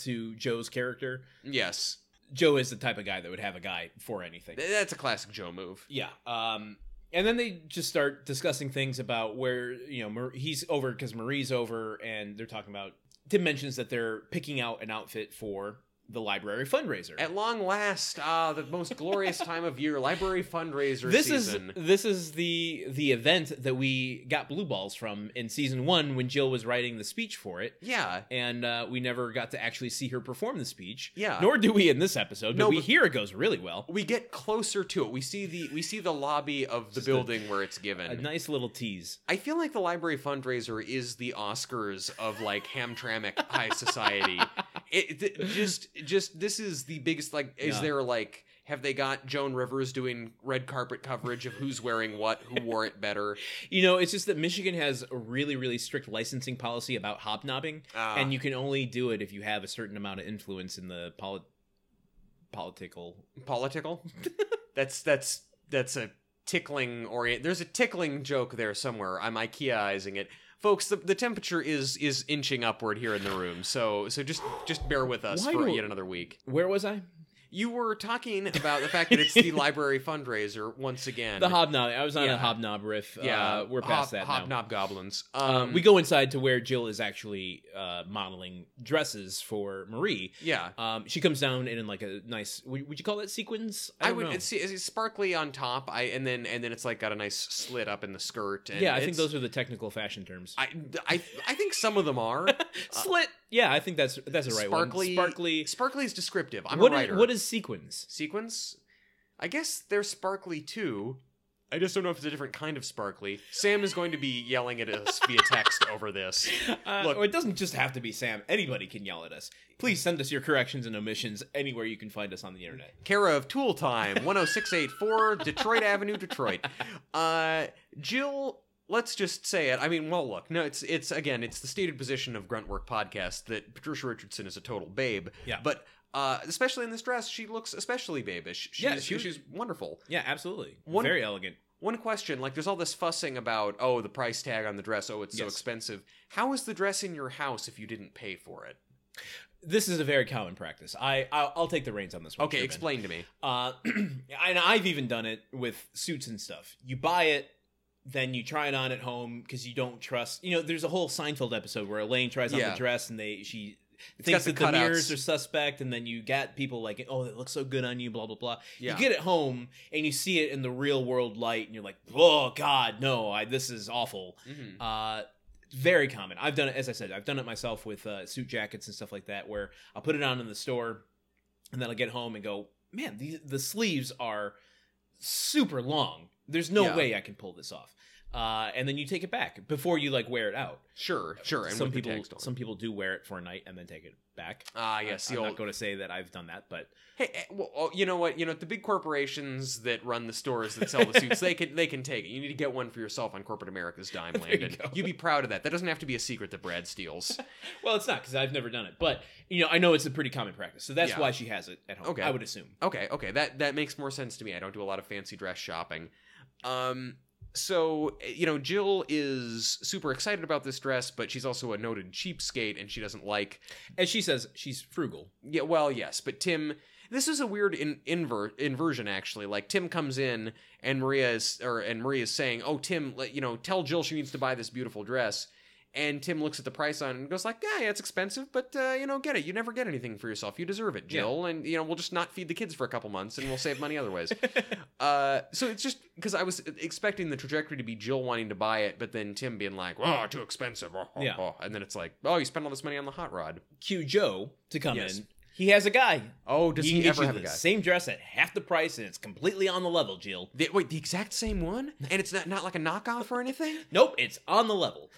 to Joe's character.
yes,
Joe is the type of guy that would have a guy for anything.
Th- that's a classic Joe move.
Yeah. Um, and then they just start discussing things about where you know Mar- he's over because Marie's over, and they're talking about Tim mentions that they're picking out an outfit for the library fundraiser.
At long last, ah, the most glorious time of year, library fundraiser
this
season.
is this is the the event that we got blue balls from in season one when Jill was writing the speech for it,
yeah,
and uh, we never got to actually see her perform the speech.
yeah.
Nor do we in this episode, but
No,
we
but-
hear it goes really well.
we get closer to it. We see the we see the lobby of the
Just a-
building where it's given.
A nice little tease.
I feel like the library fundraiser is the Oscars of like Hamtramck high society. It, th- just, just this is the biggest. Like, is
Yeah.
there like have they got Joan Rivers doing red carpet coverage of who's wearing what, who wore it better?
You know, it's just that Michigan has a really, really strict licensing policy about hobnobbing,
Uh,
and you can only do it if you have a certain amount of influence in the poli- political.
political. that's that's that's a tickling orient. There's a tickling joke there somewhere. I'm IKEAizing it. Folks, the, the temperature is is inching upward here in the room, so so just just bear with us
Why
for
do-
yet another week.
Where was I?
You were talking about the fact that it's the library fundraiser once again.
The hobnob. I was on a
Yeah.
hobnob riff.
yeah,
Uh, we're past
hob-
that now.
Hobnob goblins.
Um,
Um,
we go inside to where Jill is actually uh, modeling dresses for Marie.
yeah.
Um, she comes down in like a nice. Would, would you call that sequins?
I,
don't
would
know.
it's, it's sparkly on top. I and then and then it's like got a nice slit up in the skirt. And
yeah, I think
it's-
those are the technical fashion terms.
I, I I think some of them are
Slit. Yeah, I think that's that's the right
Sparkly-
one. Sparkly.
sparkly is descriptive. I'm
What
a
is-
writer.
what is sequins?
sequence? I guess they're sparkly too. I just don't know if it's a different kind of sparkly. Sam is going to be yelling at us via text over this.
Uh,
Look-
well, it doesn't just have to be Sam. Anybody can yell at us. Please send us your corrections and omissions anywhere you can find us on the internet.
Kara of Tool Time, 10684 Detroit Avenue, Detroit. Uh, Jill, let's just say it. I mean, well, look, no, it's it's again, it's the stated position of Gruntwork Podcast that Patricia Richardson is a total babe.
Yeah.
But uh, especially in this dress, she looks especially babish. She's,
Yeah, she
she,
was-
she's wonderful.
Yeah, absolutely.
One-
Very elegant.
One question, like there's all this fussing about, oh, the price tag on the dress, oh, it's so
Yes.
expensive. How is the dress in your house if you didn't pay for it?
This is a very common practice. I I'll, I'll take the reins on this one.
Okay,
Sherman.
explain to me.
Uh, and I've even done it with suits and stuff. You buy it, then you try it on at home because you don't trust. You know, there's a whole Seinfeld episode where Elaine tries on
Yeah.
the dress and they she
It's
thinks
got
that
the
the
cutouts.
mirrors are suspect, and then you get people like, "Oh, it looks so good on you," blah blah blah.
Yeah.
You get it home and you see it in the real world light, and you're like, "Oh God, no! I this is awful."
Mhm.
Uh, very common. I've done it, as I said, I've done it myself with uh, suit jackets and stuff like that, where I'll put it on in the store, and then I'll get home and go, man, these, the sleeves are super long. There's no
Yeah.
way I can pull this off. uh, and then you take it back before you like wear it out.
Sure, sure. And
some
with the
people
text on.
some people do wear it for a night and then take it back.
Ah, yes.
I, am
the old,
not going to say that I've done that, but
Hey, eh, well, oh, you know what? You know the big corporations that run the stores that sell the suits, they can they can take it. You need to get one for yourself on corporate America's dime,
There you
Landon.
go.
You'd be proud of that. That doesn't have to be a secret that Brad steals.
well, it's not because I've never done it. But you know, I know it's a pretty common practice, so that's
Yeah.
why she has it at home.
Okay.
I would assume.
okay, okay, that that makes more sense to me. I don't do a lot of fancy dress shopping. Um, so eh, you know, Jill is super excited about this dress, but she's also a noted cheapskate, and she doesn't like
As she says, she's frugal.
Yeah, well, yes, but Tim, this is a weird in, inver, inversion actually. Like Tim comes in and Maria is or and Maria's saying, "Oh, Tim, let, you know, tell Jill she needs to buy this beautiful dress." And Tim looks at the price on it and goes like, "Yeah, yeah, it's expensive, but uh, you know, get it. You never get anything for yourself. You deserve it, Jill. And you know, we'll just not feed the kids for a couple months, and we'll save money other ways." uh, so it's just because I was expecting the trajectory to be Jill wanting to buy it, but then Tim being like, "Oh, too expensive," oh, oh,
Yeah.
oh. and then it's like, "Oh, you spent all this money on the hot rod."
Cue Joe to come
Yes.
in. He has a guy.
Oh, does
can
he,
get
ever
you
have a
the
guy?
Same dress at half the price, and it's completely on the level, Jill.
The, wait, the exact same one? And it's not, not like a knockoff or anything?
Nope, it's on the level.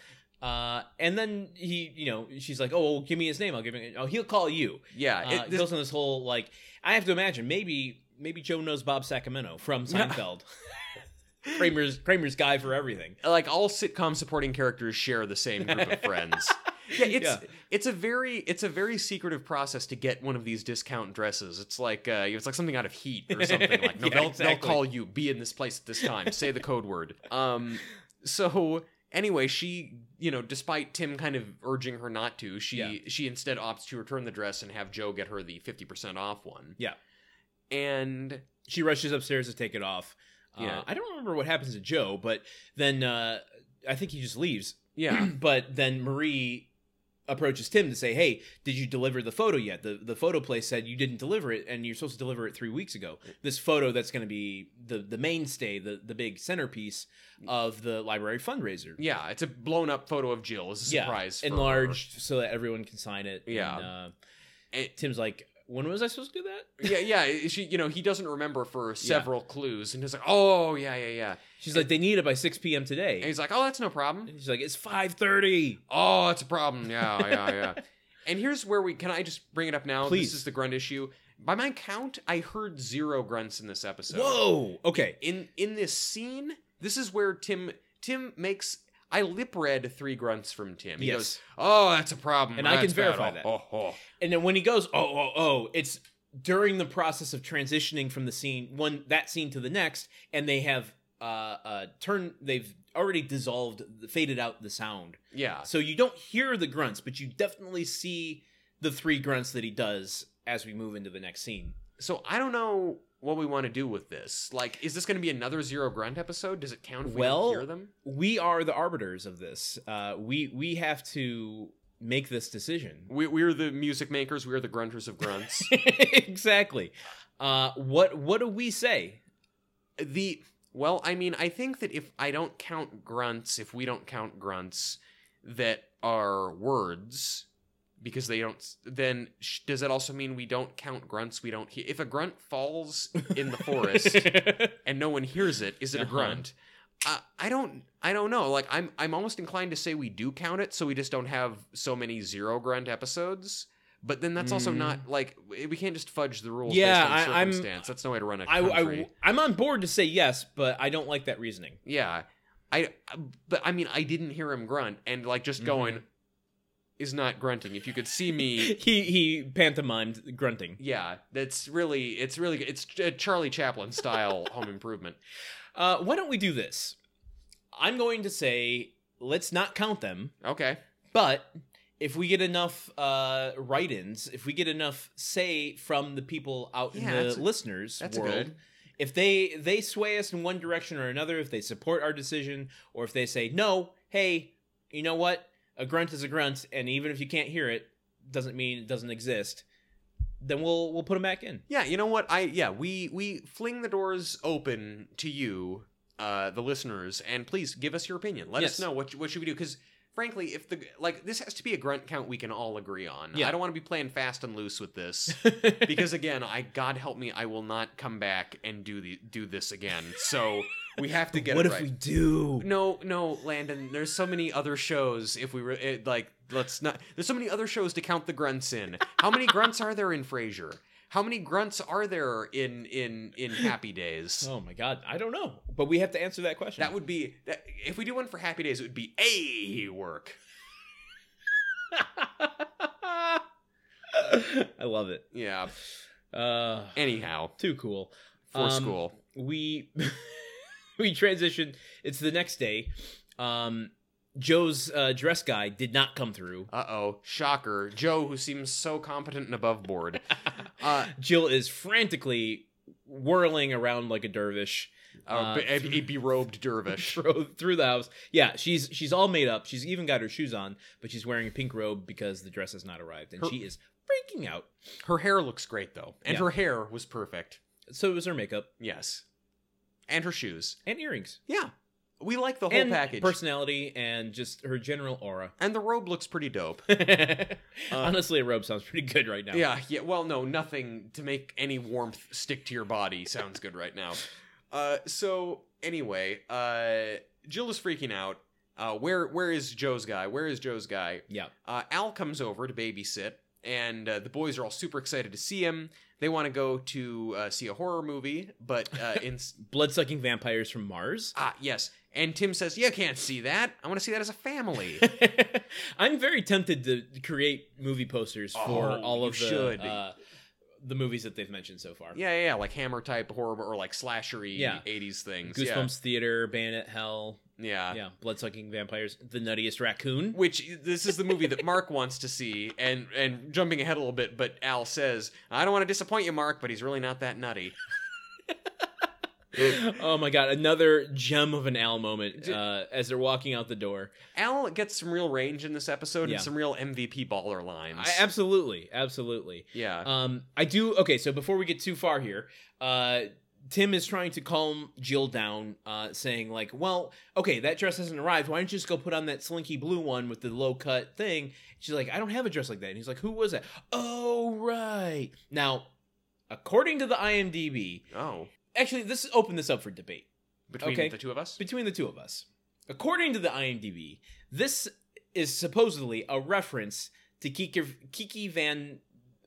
Uh, and then he, you know, she's like, "Oh, well, give me his name. I'll give him. Oh, he'll call you."
Yeah.
Uh,
it-
it
this-
goes on this whole like. I have to imagine maybe maybe Joe knows Bob Sacramento from
Yeah.
Seinfeld. Kramer's Kramer's guy for everything.
like all sitcom supporting characters share the same group of friends. Yeah, it's
Yeah.
it's a very it's a very secretive process to get one of these discount dresses. It's like uh, it's like something out of Heat or something. Like no,
Yeah,
they'll,
exactly.
they'll call you. Be in this place at this time. Say the code word. Um. So anyway, she you know, despite Tim kind of urging her not to, she
Yeah.
she instead opts to return the dress and have Joe get her the fifty percent off one.
Yeah.
And
She rushes upstairs to take it off. Uh,
Yeah.
I don't remember what happens to Joe, but then uh, I think he just leaves.
yeah,
but then Marie approaches Tim to say, "Hey, did you deliver the photo yet? The the photo place said you didn't deliver it, and you're supposed to deliver it three weeks ago. This photo that's going to be the the mainstay, the the big centerpiece of the library fundraiser.
Yeah, it's a blown up photo of Jill as a
Yeah,
surprise. for her.
enlarged so that everyone can sign it.
Yeah.
And, uh,
It-
Tim's like, "When was I supposed to do that?"
Yeah, yeah. She, you know, he doesn't remember for several clues, and he's like, "Oh, yeah, yeah, yeah."
She's like, "They need it by six p.m. today."
And he's like, "Oh, that's no problem."
And she's like, "It's 5.30.
Oh, that's a problem. Yeah, yeah, yeah. and here's where we can I just bring it up now.
Please.
This is the grunt issue. By my count, I heard zero grunts in this episode.
Whoa. Okay.
In in this scene, this is where Tim Tim makes. I lip read three grunts from Tim. He
yes.
goes, "Oh, that's a problem,"
And I can
That's bad.
verify that.
Oh, oh,
And then when he goes, oh, oh, oh, it's during the process of transitioning from the scene one that scene to the next, and they have uh uh turned they've already dissolved faded out the sound.
yeah.
So you don't hear the grunts, but you definitely see the three grunts that he does as we move into the next scene.
So I don't know what we want to do with this. Like, is this going to be another zero grunt episode? Does it count if we
Well-
don't hear them?
We are the arbiters of this. Uh we we have to make this decision.
We, we're the music makers. We're the grunters of grunts.
exactly. Uh what what do we say?
the well, I mean, I think that if I don't count grunts, if we don't count grunts that are words because they don't then sh- does that also mean we don't count grunts we don't hear if a grunt falls in the forest and no one hears it is it a
Uh-huh.
grunt uh, i don't i don't know like i'm i'm almost inclined to say we do count it so we just don't have so many zero grunt episodes but then that's also
Mm.
not like we we can't just fudge the rules
Yeah,
based on
I- I'm-
circumstance that's no way to run a
I,
country
am on board to say yes, but I don't like that reasoning.
yeah i but i mean i didn't hear him grunt and like just
Mhm.
going is not grunting if you could see me
He he pantomimed grunting.
yeah that's really it's really good. it's uh, charlie chaplin style home improvement
Uh, why don't we do this? I'm going to say let's not count them,
okay
but if we get enough uh, write-ins, if we get enough say from the people out
Yeah,
in
that's
the
a-
listeners
that's a
world,
good
if they they sway us in one direction or another, if they support our decision, or if they say no, hey, you know what? A grunt is a grunt, and even if you can't hear it, doesn't mean it doesn't exist. Then we'll we'll put them back in.
Yeah, you know what? I yeah, we we fling the doors open to you, uh, the listeners, and please give us your opinion. Let
Yes.
us know what what should we do because frankly, if the like this has to be a grunt count we can all agree on.
Yeah.
I don't want to be playing fast and loose with this because again, I God help me, I will not come back and do the do this again. So we have to get
what
it
if
right.
we do?
No, no, Landon. There's so many other shows. If we were it, like, let's not. There's so many other shows to count the grunts in. How many grunts are there in Frasier? How many grunts are there in in in Happy Days?
Oh my god, I don't know, but we have to answer that question.
That would be that, if we do one for Happy Days. It would be a work.
I love it.
Yeah.
Uh,
Anyhow,
too cool.
for
Um,
school.
we we transition. It's the next day. Um, Joe's uh, dress guy did not come through.
Uh oh, shocker! Joe, who seems so competent and above board. Uh,
Jill is frantically whirling around like a dervish
uh,
Uh,
a, a berobed dervish.
through, through the house. Yeah, she's she's all made up. She's even got her shoes on, but she's wearing a pink robe because the dress has not arrived, and
Her-
she is freaking out.
Her hair looks great though, and
Yeah.
her hair was perfect.
So it was her makeup
Yes. And her shoes.
and earrings,
Yeah. We like the whole
and
package.
personality, and just her general aura.
and the robe looks pretty dope.
Honestly, a robe sounds pretty good right now.
Uh, Yeah, yeah. Well, no, nothing to make any warmth stick to your body sounds good right now. Uh, so anyway, uh, Jill is freaking out. Uh, where where is Joe's guy? Where is Joe's guy?
Yeah.
Uh, Al comes over to babysit, and uh, the boys are all super excited to see him. They want to go to uh, see a horror movie, but uh, in,
blood sucking vampires from Mars.
ah yes. And Tim says, "You can't see that. I want to see that as a family."
I'm very tempted to create movie posters for
Oh,
all
you
of the
should.
Uh, the movies that they've mentioned so far.
Yeah, yeah, yeah, like hammer type horror or like slashery
Yeah.
80s things. yeah,
Goosebumps Theater, Bayonet Hell,
Yeah.
yeah, blood sucking vampires, the nuttiest raccoon.
Which this is the movie that Mark wants to see, and and jumping ahead a little bit, but Al says, "I don't want to disappoint you, Mark, but he's really not that nutty."
oh my god, another gem of an Al moment
Ju-
uh, as they're walking out the door.
Al gets some real range in this episode
Yeah.
and some real MVP baller lines.
I, absolutely, absolutely.
yeah,
Um, I do. Okay, so before we get too far here, uh, Tim is trying to calm Jill down, uh, saying like, "Well, okay, that dress hasn't arrived. Why don't you just go put on that slinky blue one with the low cut thing?" She's like, "I don't have a dress like that." And he's like, "Who was that?" Oh, right. Now, according to the IMDb,
oh,
actually, this opened this up for debate
between
okay.
the two of us,
between the two of us. According to the IMDb, this is supposedly a reference to Kiki, Kiki Van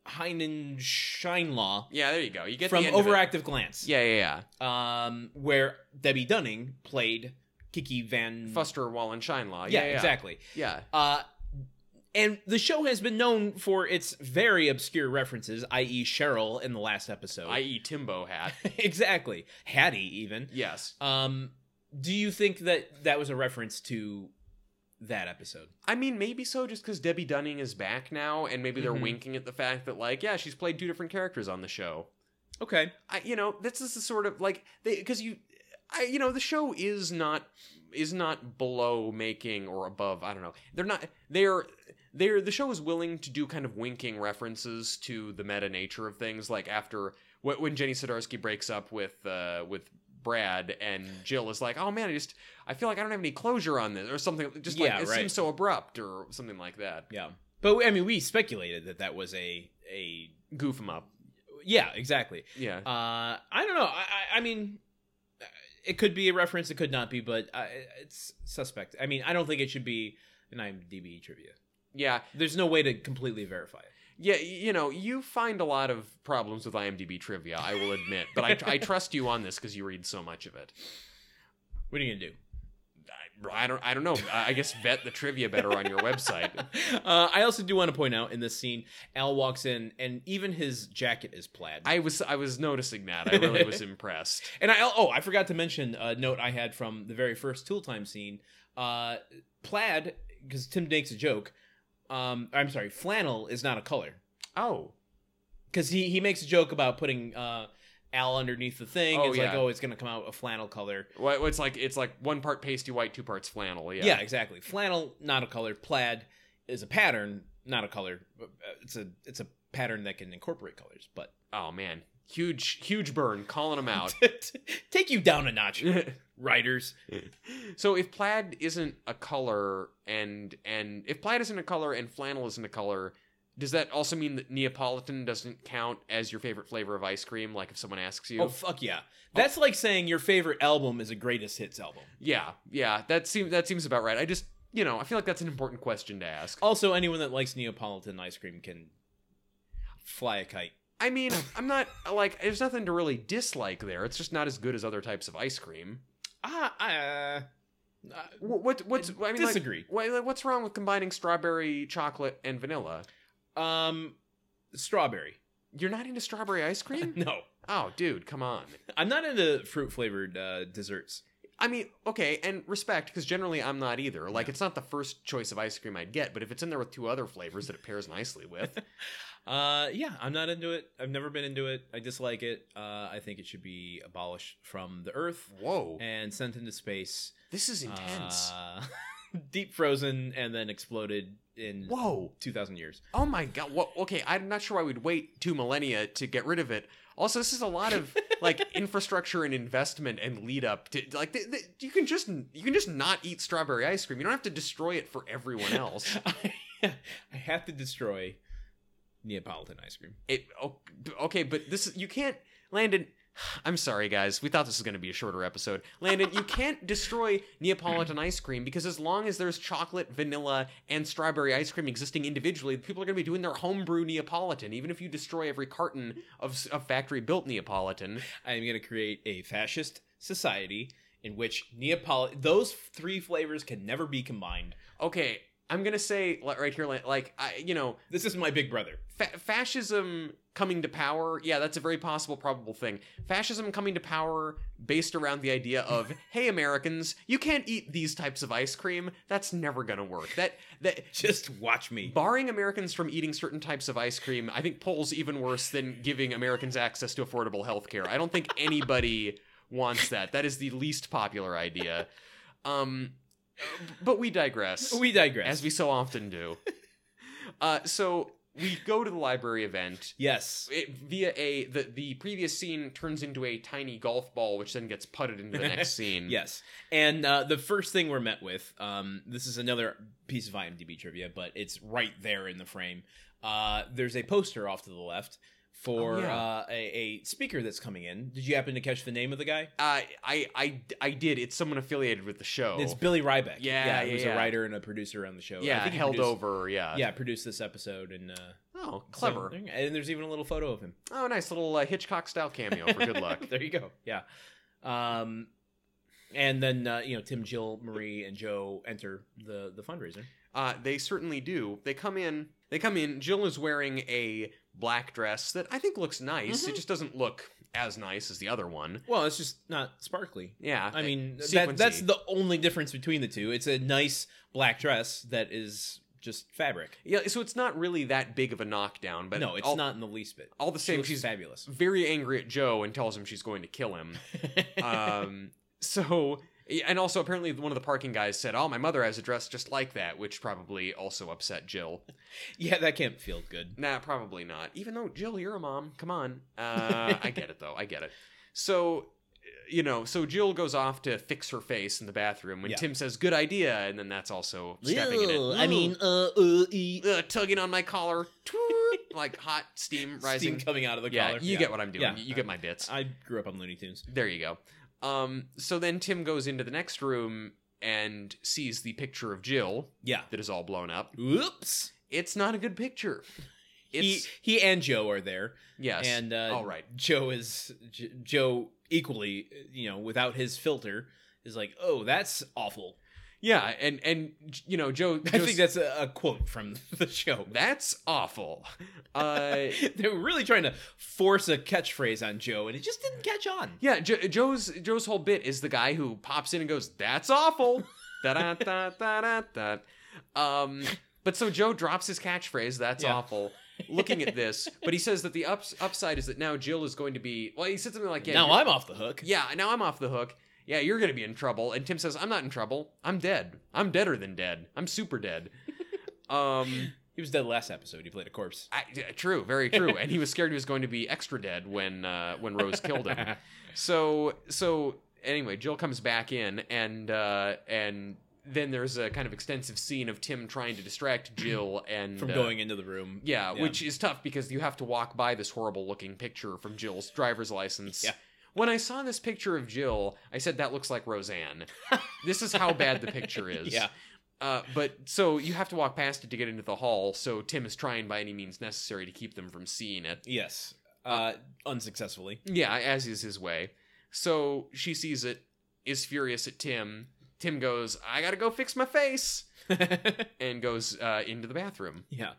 Heinen Scheinlaw
yeah, there you go. You get
from
the end of it.
Overactive Glance,
Yeah, yeah,
um, where Debbie Dunning played Kiki
yeah.
Van.
Fuster, Wall, and Shinelaw.
Mm. yeah,
yeah,
exactly.
Yeah,
Uh, and the show has been known for its very obscure references, i.e., Cheryl in the last episode.
i.e. e Timbo hat.
exactly, Hattie even.
yes.
Um, do you think that that was a reference to that episode?
I mean, maybe so, just because Debbie Dunning is back now, and maybe they're
Mhm.
winking at the fact that, like, yeah, she's played two different characters on the show.
Okay.
I, you know, this is the sort of like they because you, I, you know, the show is not is not below making or above. I don't know. They're not. They're they're the show is willing to do kind of winking references to the meta nature of things. Like after wh- when Jenny Sadarsky breaks up with uh with. Brad and Jill is like, oh man, I just I feel like I don't have any closure on this or something. Just like
Yeah,
it
right.
seems so abrupt or something like that.
Yeah, but I mean, we speculated that that was a a
Goof him up.
yeah, exactly.
Yeah.
Uh, I don't know. I, I, I mean, it could be a reference. It could not be, but uh, it's suspect. I mean, I don't think it should be an IMDb trivia.
Yeah.
There's no way to completely verify it.
Yeah, y- you know, you find a lot of problems with IMDb trivia, I will admit, but I, I trust you on this because you read so much of it.
What are you gonna do?
I, I don't, I don't know. I I guess vet the trivia better on your website.
uh, I also do want to point out in this scene, Al walks in, and even his jacket is plaid.
I was, I was noticing that. I really was impressed.
and I oh, I forgot to mention a note I had from the very first Tool Time scene. Uh, plaid, because Tim makes a joke. Um, I'm sorry, flannel is not a color.
Oh,
because he he makes a joke about putting uh Al underneath the thing.
Oh,
it's like
yeah.
oh, it's gonna come out a flannel color.
well, it's like, it's like one part pasty white, two parts flannel. Yeah,
Yeah. exactly. Flannel, not a color. Plaid is a pattern, not a color. Uh, It's a it's a pattern that can incorporate colors, but
Oh man, huge huge burn calling him out.
take you down a notch, writers.
so if plaid isn't a color and and if plaid isn't a color and flannel isn't a color, does that also mean that Neapolitan doesn't count as your favorite flavor of ice cream? Like if someone asks you,
Oh fuck yeah! That's like saying your favorite album is a greatest hits album.
yeah, yeah, that seems that seems about right. I just you know I feel like that's an important question to ask.
Also, anyone that likes Neapolitan ice cream can fly a kite.
I mean, I'm not like there's nothing to really dislike there. It's just not as good as other types of ice cream.
Ah, uh,
Wh- What what's I mean, like,
disagree.
why- like, what's wrong with combining strawberry chocolate and vanilla?
um, strawberry.
You're not into strawberry ice cream?
No,
oh, dude, come on.
I'm not into fruit flavored uh, desserts.
I mean, okay, and respect because generally I'm not either. Like, it's not the first choice of ice cream I'd get, but if it's in there with two other flavors that it pairs nicely with,
Uh, yeah, I'm not into it. I've never been into it. I dislike it. Uh, I think it should be abolished from the earth
whoa,
and sent into space.
this is intense.
Uh, deep frozen and then exploded in
whoa,
2,000 years.
oh my god. What? Okay, I'm not sure why we'd wait two millennia to get rid of it. Also, this is a lot of like infrastructure and investment and lead up to like th- th- you can just you can just not eat strawberry ice cream. You don't have to destroy it for everyone else.
I, have to destroy Neapolitan ice cream.
it o- okay but this is you can't landon i'm sorry guys we thought this was going to be a shorter episode landon you can't destroy neapolitan ice cream because as long as there's chocolate vanilla and strawberry ice cream existing individually people are going to be doing their homebrew neapolitan even if you destroy every carton of, s- of factory built neapolitan
I am going to create a fascist society in which Neapolitan, those three flavors can never be combined.
okay i'm going to say like, right here Lan- like i you know
This is my big brother.
fa- fascism coming to power yeah that's a very possible probable thing fascism coming to power based around the idea of hey americans you can't eat these types of ice cream that's never gonna work that that
Just watch me.
barring americans from eating certain types of ice cream i think polls even worse than giving americans access to affordable health care i don't think anybody wants that that is the least popular idea um but we digress
We digress.
as we so often do. uh, so we go to the library event.
yes.
It, via a the the previous scene turns into a tiny golf ball, which then gets putted into the next scene.
Yes. And uh, the first thing we're met with, um, this is another piece of IMDb trivia, but it's right there in the frame. Uh, there's a poster off to the left for
Oh, yeah.
uh, a, a speaker that's coming in. Did you happen to catch the name of the guy?
Uh, I I I did. It's someone affiliated with the show.
It's Billy Ryback.
Oh. Yeah,
he
yeah,
was
yeah.
a writer and a producer on the show.
yeah,
I think he
held
produced-
over. Yeah.
Yeah, produced this episode and uh,
Oh, clever.
so- and there's even a little photo of him.
oh, nice little uh, Hitchcock style cameo for good luck.
there you go. Yeah. Um, and then uh, you know Tim, Jill, Marie, and Joe enter the the fundraiser.
Uh, they certainly do. They come in. They come in. Jill is wearing a black dress that I think looks nice.
Mhm.
It just doesn't look as nice as the other one.
Well, it's just not sparkly.
Yeah.
I mean,
sequency.
that, that's the only difference between the two. It's a nice black dress that is just fabric.
Yeah, so it's not really that big of a knockdown, but
no, it's
all,
not in the least bit.
All the
She
same,
looks
she's
fabulous.
very angry at Joe and tells him she's going to kill him. Um, so, and also apparently one of the parking guys said, "Oh, my mother has a dress just like that," which probably also upset Jill.
yeah, that can't feel good.
Nah, probably not. Even though Jill, you're a mom. Come on. Uh, I get it though. I get it. So, you know, so Jill goes off to fix her face in the bathroom when
Yeah.
Tim says, "Good idea," and then that's also stepping in. It.
uh,
Ugh, tugging on my collar, Tweet. like hot steam rising.
steam coming out of the
yeah,
collar.
you get what I'm doing.
Yeah.
You get my bits.
I grew up on Looney Tunes.
there you go. Um, so then Tim goes into the next room and sees the picture of Jill
Yeah.
that is all blown up.
Oops.
It's not a good picture. It's
he he and Joe are there,
yes.
and uh,
all right.
Joe is J- Joe equally, you know, without his filter, is like, oh, that's awful.
Yeah, and and you know Joe.
I
Joe
think that's
s-
a, a quote from the show.
that's awful. Uh,
they were really trying to force a catchphrase on Joe, and it just didn't catch on.
yeah, jo- Joe's Joe's whole bit is the guy who pops in and goes, "That's awful." da da da da da da. Um, but so Joe drops his catchphrase, "That's
Yeah.
awful." Looking at this, but he says that the ups- upside is that now Jill is going to be. Well, he said something like, "Yeah,
now
you're-
I'm off the hook.
yeah, now I'm off the hook. Yeah, you're going to be in trouble." And Tim says, "I'm not in trouble. I'm dead. I'm deader than dead. I'm super dead." Um.
He was dead last episode. He played a corpse.
I, yeah, true, very true. and he was scared he was going to be extra dead when uh, when Rose killed him. So so anyway, Jill comes back in and uh, and then there's a kind of extensive scene of Tim trying to distract Jill and
From
uh,
going into the room.
yeah,
Yeah.
which is tough because you have to walk by this horrible looking picture from Jill's driver's license.
Yeah.
When I saw this picture of Jill, I said that looks like Roseanne. this is how bad the picture is.
Yeah.
Uh, but so you have to walk past it to get into the hall. So Tim is trying by any means necessary to keep them from seeing it.
Yes. Uh, unsuccessfully.
Yeah, as is his way. So she sees it, is furious at Tim. Tim goes, I gotta go fix my face, and goes uh, into the bathroom.
Yeah.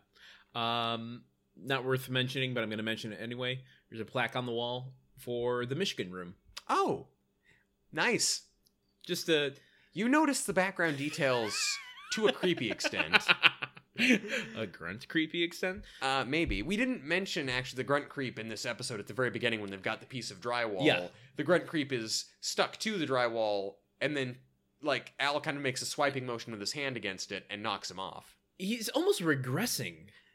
Um, not worth mentioning, but I'm going to mention it anyway. There's a plaque on the wall for the Michigan room.
Oh, nice.
Just a.
You notice the background details to a creepy extent.
a grunt creepy extent.
Uh, maybe. We didn't mention actually the grunt creep in this episode at the very beginning when they've got the piece of drywall.
Yeah.
The grunt creep is stuck to the drywall, and then, like, Al kind of makes a swiping motion with his hand against it and knocks him off.
He's almost regressing.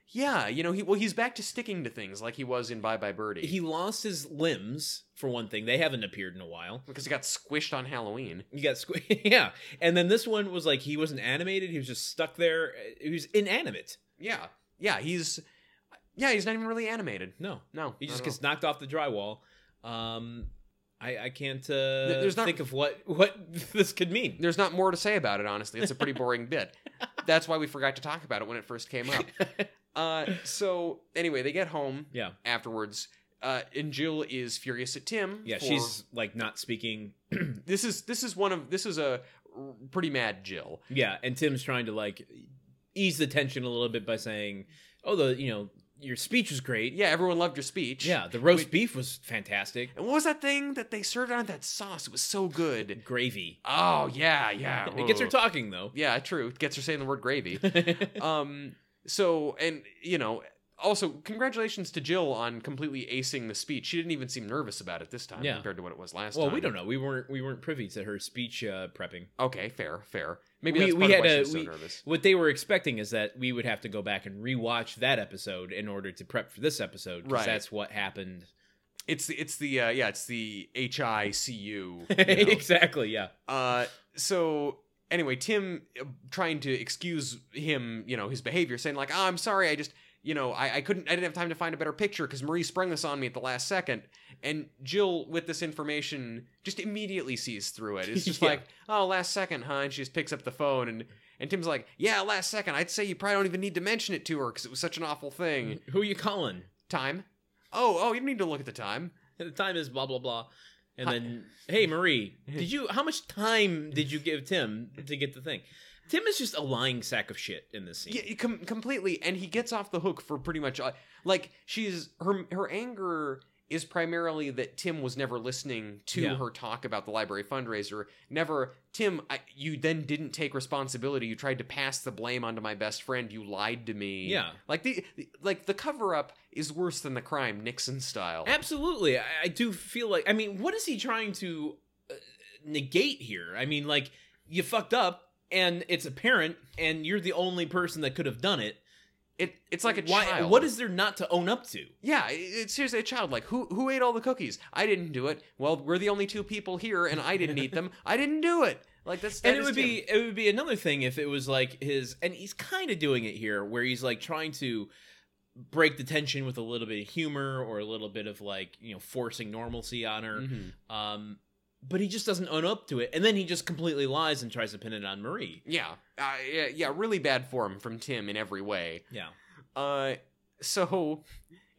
Yeah, you know, he well, he's back to sticking to things like he was in Bye Bye Birdie.
He lost his limbs for one thing. They haven't appeared in a while.
because he got squished on Halloween.
You got squ- yeah, and then this one was like he wasn't animated. He was just stuck there. He was inanimate.
Yeah, yeah, he's yeah, he's not even really animated.
No,
No,
he
not
just
at
gets
all.
knocked off the drywall. Um, I I can't uh,
there's not-
think of what what this could mean.
There's not more to say about it. Honestly, it's a pretty boring bit. That's why we forgot to talk about it when it first came up. Uh, so anyway, they get home
yeah,
afterwards. Uh, and Jill is furious at Tim.
yeah,
for-
she's like not speaking.
this is this is one of this is a r- pretty mad Jill.
Yeah, and Tim's trying to like ease the tension a little bit by saying, "Oh, the you know your speech was great.
Yeah, everyone loved your speech.
Yeah, the roast beef was fantastic.
And what was that thing that they served on that sauce? It was so good.
Gravy.
Oh yeah, yeah.
it gets her
whoa.
talking though.
yeah, true. It gets her saying the word gravy. um. So and you know. Also, congratulations to Jill on completely acing the speech. She didn't even seem nervous about it this time
Yeah.
compared to what it was last
well,
time.
we don't know. We weren't we weren't privy to her speech uh, prepping.
Okay, fair, fair. Maybe
We-
that's
we
part of
had
why
a-
she was so
we-
nervous.
What they were expecting is that we would have to go back and rewatch that episode in order to prep for this episode because
Right.
that's what happened.
It's the it's the uh, yeah, it's the H I C U.
exactly. Yeah.
Uh, so anyway, Tim uh, trying to excuse him, you know, his behavior, saying like, "Ah, "I'm sorry, I just, you know, I, I couldn't, I didn't have time to find a better picture because Marie sprung this on me at the last second. And Jill, with this information, just immediately sees through it. It's just
Yeah.
like, "Oh, last second, huh?" And she just picks up the phone and. And Tim's like, yeah, last second. I'd say you probably don't even need to mention it to her because it was such an awful thing.
Who are you calling?
Time? Oh, oh, you don't need to look at the time.
The time is blah blah blah. And
Hi-
then, hey Marie, did you? How much time did you give Tim to get the thing? Tim is just a lying sack of shit in this scene.
Yeah, com- completely, and he gets off the hook for pretty much uh, like she's her her anger is primarily that Tim was never listening to
Yeah.
her talk about the library fundraiser. Never, Tim, I, you then didn't take responsibility. You tried to pass the blame onto my best friend. You lied to me.
Yeah.
like the like the cover up is worse than the crime, Nixon style.
Absolutely. I, I do feel like, I mean, what is he trying to uh, negate here? I mean, like, you fucked up and it's apparent and you're the only person that could have done it.
It it's like a
Why,
child.
What is there not to own up to?
Yeah, it- it's seriously a child. Like, who who ate all the cookies? I didn't do it. Well, we're the only two people here, and I didn't eat them. I didn't do it. Like that's that
and it
is
would
Tim.
be it would be another thing if it was like his and he's kind of doing it here where he's like trying to break the tension with a little bit of humor or a little bit of like you know forcing normalcy on her
Mhm.
um but he just doesn't own up to it and then he just completely lies and tries to pin it on marie
Yeah, uh, yeah, yeah. Really bad form from Tim in every way.
yeah
Uh, so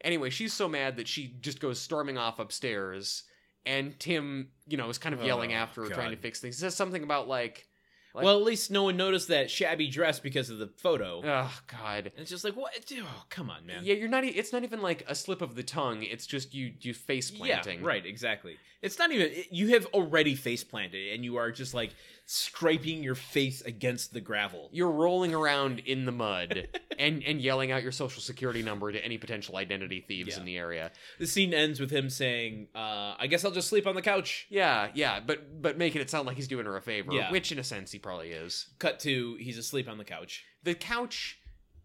anyway, she's so mad that she just goes storming off upstairs, and Tim, you know, is kind of yelling
Oh,
after her, trying to
God.
fix things. He says something about like, Like-
well, at least no one noticed that shabby dress because of the photo.
oh God.
it's just like, what? Oh, come on, man.
Yeah, you're not. e- It's not even like a slip of the tongue. It's just you, you face
Yeah,
planting.
right, exactly. It's not even. it- You have already face planted, and you are just like scraping your face against the gravel.
you're rolling around in the mud and and yelling out your social security number to any potential identity thieves
Yeah.
in the area.
The scene ends with him saying, uh, "I guess I'll just sleep on the couch."
Yeah, yeah, but but making it sound like he's doing her a favor,
Yeah.
which in a sense he probably is.
Cut to he's asleep on the couch.
The couch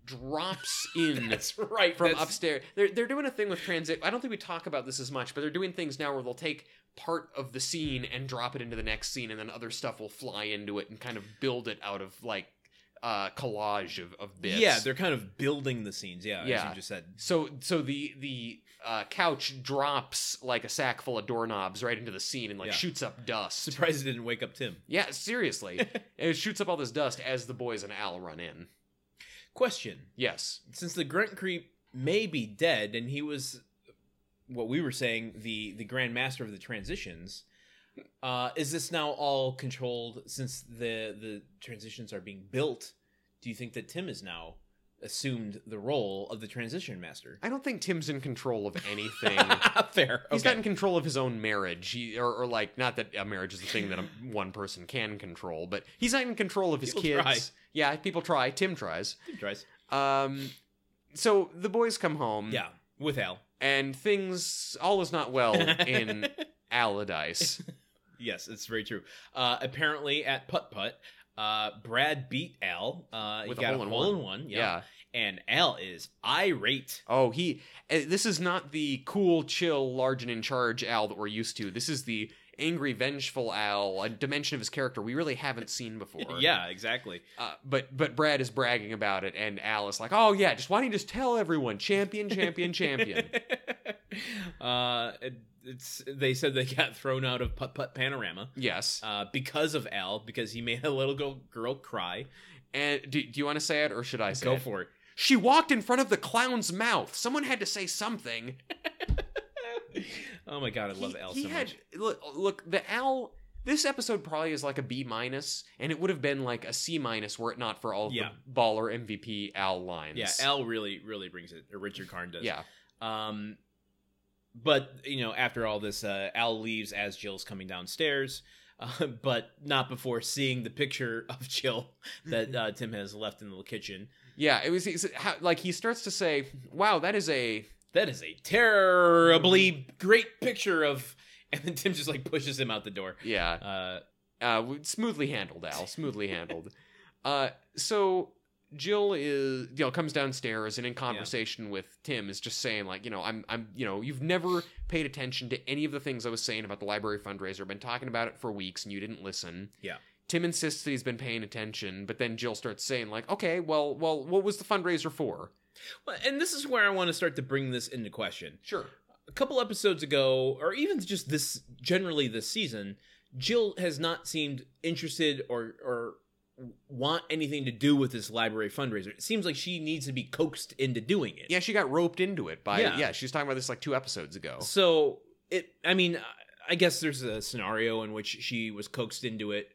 drops in
That's right.
from
that's-
upstairs. They're they're doing a thing with transit. I don't think we talk about this as much, but they're doing things now where they'll take part of the scene and drop it into the next scene, and then other stuff will fly into it and kind of build it out of like uh collage of of bits.
Yeah, they're kind of building the scenes. Yeah, as
Yeah.
you just said.
so so the the uh, couch drops like a sack full of doorknobs right into the scene and like
Yeah.
shoots up dust.
Surprised it didn't wake up Tim.
Yeah, seriously, it shoots up all this dust as the boys and Al run in.
Question:
Yes,
Since the grunt creep may be dead, and he was what we were saying the the grand master of the transitions, uh, is this now all controlled? Since the the transitions are being built, do you think that Tim is now assumed the role of the transition master?
I don't think Tim's in control of anything.
Fair.
He's
okay.
not in control of his own marriage, he, or, or like not that a marriage is the thing that a, one person can control, but he's not in control of his
People
kids.
try.
Yeah, people try. Tim tries.
Tim tries.
Um, so the boys come home,
Yeah, with Al.
and things all is not well in Allardyce.
Yes, it's very true. Uh, apparently, at putt putt, uh, Brad beat Al. Uh,
With
he
a
got
hole in
in
one.
one.
Yeah.
Yeah. and Al is irate.
Oh, he. eh, This is not the cool, chill, large and in charge Al that we're used to. This is the angry, vengeful Al, a dimension of his character we really haven't seen before.
yeah, exactly.
Uh, but but Brad is bragging about it, and Al is like, "Oh yeah, just why don't you just tell everyone, champion, champion, champion."
uh, it- it's they said they got thrown out of putt putt panorama.
yes.
Uh, because of Al, because he made a little girl, girl cry.
And do, do you want to say it or should I say
Go
it?
for it.
She walked in front of the clown's mouth. Someone had to say something.
Oh my god, I love
he,
Al
he
so
had,
much.
Look, look, the Al. This episode probably is like a B minus, and it would have been like a C minus were it not for all of
Yeah.
the baller MVP Al lines.
Yeah, Al really, really brings it. Or Richard Karn does.
Yeah.
Um, but you know, after all this, uh, Al leaves as Jill's coming downstairs, uh, but not before seeing the picture of Jill that uh, Tim has left in the kitchen.
Yeah. It was it's, how, like he starts to say, "Wow, that is a
That is a terribly great picture of, and then Tim just like pushes him out the door.
yeah."
Uh,
uh, w- smoothly handled, Al. Smoothly handled. Uh, so Jill is, you know, comes downstairs and in conversation with Tim is just saying like, you know, I'm, I'm, you know, you've never paid attention to any of the things I was saying about the library fundraiser. I've been talking about it for weeks and you didn't listen.
Yeah.
Tim insists that he's been paying attention, but then Jill starts saying like, okay, well, well, what was the fundraiser for?
well, and this is where I want to start to bring this into question.
Sure.
a couple episodes ago, or even just this generally this season, Jill has not seemed interested or or want anything to do with this library fundraiser. It seems like she needs to be coaxed into doing it.
Yeah, she got roped into it by, yeah,
Yeah.
yeah she was talking about this like two episodes ago.
So it, I mean, I- I guess there's a scenario in which she was coaxed into it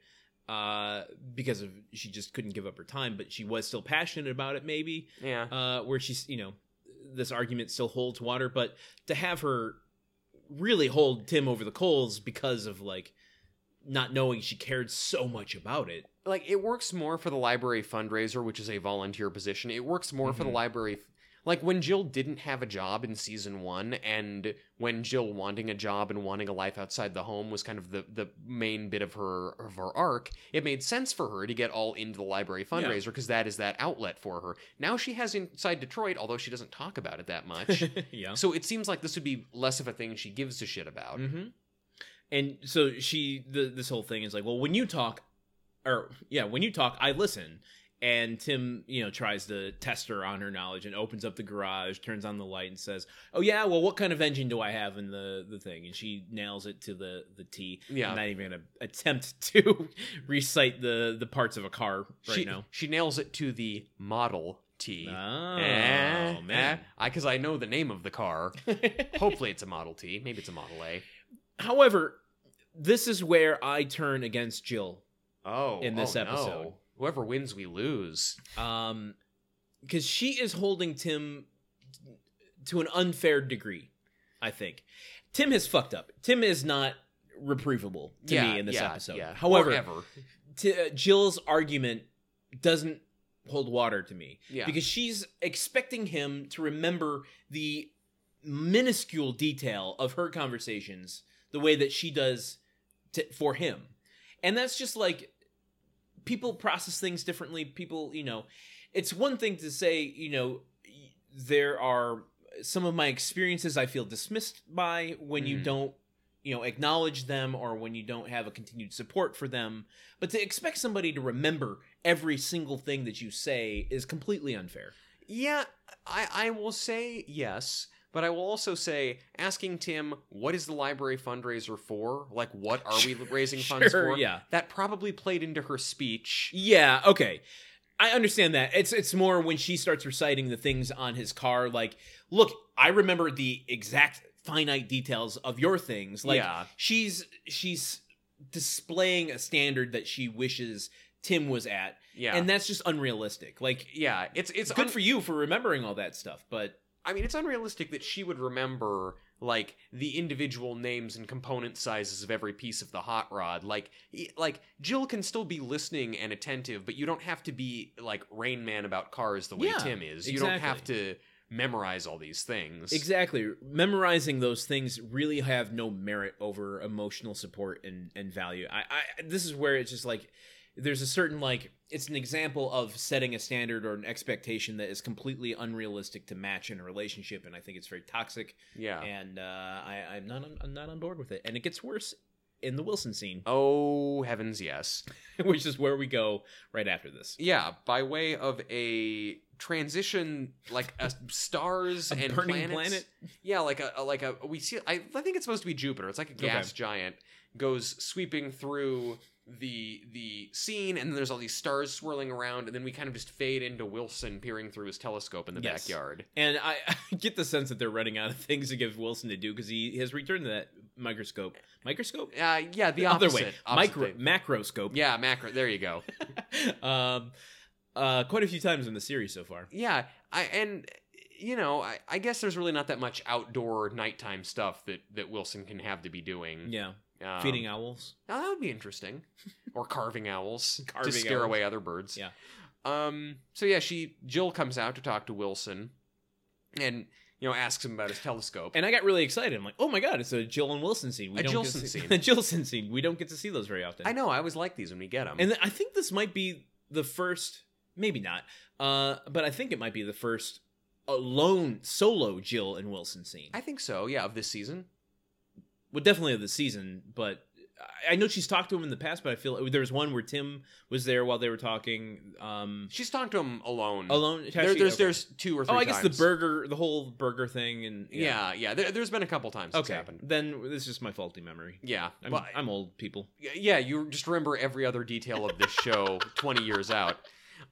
uh because of she just couldn't give up her time but she was still passionate about it maybe
Yeah.
uh, where she's you know this argument still holds water but to have her really hold tim over the coals because of like not knowing she cared so much about it
like it works more for the library fundraiser, which is a volunteer position. It works more for the
Mhm.
library. Like when Jill didn't have a job in season one, and when Jill wanting a job and wanting a life outside the home was kind of the the main bit of her of her arc, it made sense for her to get all into the library fundraiser because that is that outlet for her. Now she has inside Detroit, although she doesn't talk about it that much.
yeah
so it seems like this would be less of a thing she gives a shit about.
hmm and so she the, this whole thing is like well when you talk or yeah when you talk i listen and tim you know tries to test her on her knowledge and opens up the garage turns on the light and says oh yeah well what kind of engine do i have in the the thing and she nails it to the the t
Yeah.
I'm not even gonna attempt to recite the the parts of a car right
she,
now.
she nails it to the Model T.
Oh
Eh, eh,
man!
I because I know the name of the car. Hopefully, it's a Model T. Maybe it's a Model A.
However, this is where I turn against Jill,
Oh,
In this
oh,
episode.
no. whoever wins, we lose.
um, because she is holding Tim to an unfair degree. I think Tim has fucked up. Tim is not reprovable to
yeah,
me in this
yeah,
episode.
yeah.
However,
Or ever.
t- uh, Jill's argument doesn't hold water to me.
yeah,
because she's expecting him to remember the minuscule detail of her conversations the way that she does to, for him and that's just like people process things differently people you know it's one thing to say, you know, y- there are some of my experiences I feel dismissed by when you
Mhm.
don't, you know, acknowledge them or when you don't have a continued support for them. But to expect somebody to remember every single thing that you say is completely unfair.
Yeah, I, I will say yes, but I will also say asking Tim, what is the library fundraiser for? Like, what are we raising funds
Sure,
for?
Yeah.
That probably played into her speech.
Yeah, okay. I understand that. It's it's more when she starts reciting the things on his car like, "Look, I remember the exact finite details of your things." Like
yeah.
she's she's displaying a standard that she wishes Tim was at,
Yeah.
and that's just unrealistic. Like
yeah, it's it's
it's good
un-
for you for remembering all that stuff, but
I mean, it's unrealistic that she would remember like the individual names and component sizes of every piece of the hot rod. Like, y- like Jill can still be listening and attentive, but you don't have to be like Rain Man about cars the way
Yeah,
Tim is. You don't have to memorize all these things.
exactly memorizing those things really have no merit over emotional support and and value. I, I this is where it's just like there's a certain like it's an example of setting a standard or an expectation that is completely unrealistic to match in a relationship, and I think it's very toxic.
Yeah.
and uh, I, I'm not on, I'm not on board with it. And it gets worse in the Wilson scene,
Oh heavens, yes.
which is where we go right after this.
Yeah, by way of a transition, like a stars
A
and
burning
planets.
planet?
Yeah, like a, a- like a we see. I, I think it's supposed to be Jupiter. It's like a gas giant goes sweeping through the the scene, and then there's all these stars swirling around, and then we kind of just fade into Wilson peering through his telescope in the
Yes.
backyard.
And I, I get the sense that they're running out of things to give Wilson to do because he has returned that microscope, microscope,
Uh, yeah, the opposite,
other way,
opposite
micro,
thing.
macroscope.
Yeah, macro. There you go.
um, uh, quite a few times in the series so far.
yeah i and you know I, I guess there's really not that much outdoor nighttime stuff that that wilson can have to be doing
Yeah,
um,
feeding owls.
now that would be interesting or carving owls
Carving
to scare
owls.
away other birds
Yeah.
um so yeah she jill comes out to talk to wilson and you know asks him about his telescope
And I got really excited. I'm like, oh my god, it's a Jill and Wilson scene. We
A
don't
Jilson
get to see-
scene.
a Jilson scene. We don't get to see those very often. Um,
i know i always like these when we get them
And th- I think this might be the first, maybe not, uh, but I think it might be the first alone solo Jill and Wilson scene.
i think so yeah of this season
well, definitely of the season, but I- I know she's talked to him in the past, but I feel there was one where Tim was there while they were talking um,
she's talked to him alone
alone.
there,
Actually,
there's
okay.
there's two or three
oh, I guess
times.
the burger, the whole burger thing, and
yeah yeah, There, there's been a couple times that's
okay,
happened
then this is just my faulty memory.
yeah
I'm,
but-
I'm old people.
Y- yeah you just remember every other detail of this show 20 years out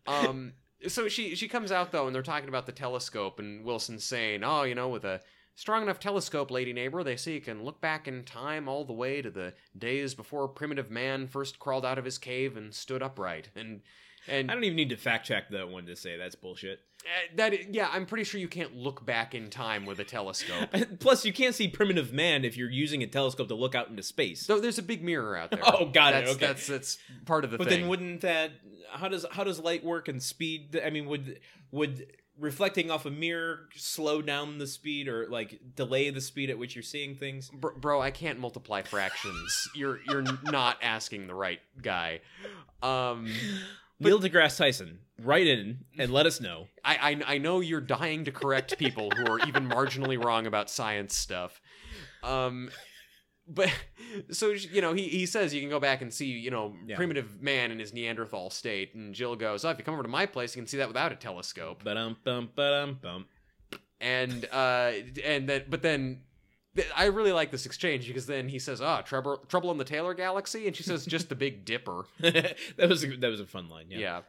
um so she she comes out though and they're talking about the telescope and wilson's saying oh you know with a strong enough telescope lady neighbor they say you can look back in time all the way to the days before primitive man first crawled out of his cave and stood upright and and
I don't even need to fact check that one to say that's bullshit.
uh, that yeah i'm pretty sure you can't look back in time with a telescope
Plus, you can't see primitive man if you're using a telescope to look out into space.
so there's a big mirror out there
Oh, got it,
that's,
okay.
that's that's part of the
but
thing
then wouldn't that how does how does light work and speed? I mean, would would reflecting off a mirror slow down the speed or like delay the speed at which you're seeing things?
Bro, bro, I can't multiply fractions. You're you're not asking the right guy. Um,
Neil deGrasse Tyson, write in and let us know.
I, I I know you're dying to correct people who are even marginally wrong about science stuff. Um, but so you know, he he says you can go back and see you know
Yeah.
primitive man in his Neanderthal state, and Jill goes, "Oh, if you come over to my place, you can see that without a telescope."
Ba-dum, bum, ba-dum, bum.
and uh and then but then th- I really like this exchange because then he says, "Ah, trouble, trouble in the Taylor Galaxy," and she says, "Just the Big Dipper."
that was a, that was a fun line. Yeah.
Yeah.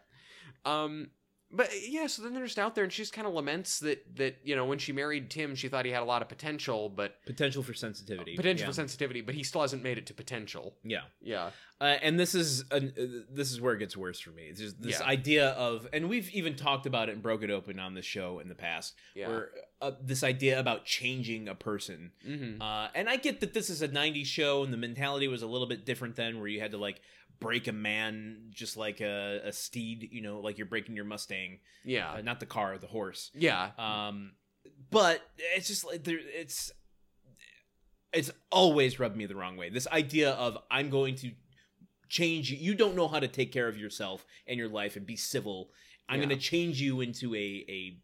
Um but yeah, so then they're just out there and she just kind of laments that that you know, when she married Tim, she thought he had a lot of potential, but
Potential for sensitivity.
potential
Yeah.
for sensitivity, but he still hasn't made it to potential.
yeah.
Yeah.
uh, and this is an, uh, this is where it gets worse for me. It's just this
Yeah.
idea of, and we've even talked about it and broke it open on the show in the past,
Yeah.
where uh, this idea about changing a person.
Mhm.
Uh, and I get that this is a '90s show, and the mentality was a little bit different then, where you had to like break a man just like a, a steed, you know, like you're breaking your Mustang,
Yeah.
uh, not the car, the horse.
Yeah.
Um, but it's just like there, it's it's always rubbed me the wrong way. This idea of I'm going to change you. You don't know how to take care of yourself and your life and be civil I'm
Yeah.
going to change you into a a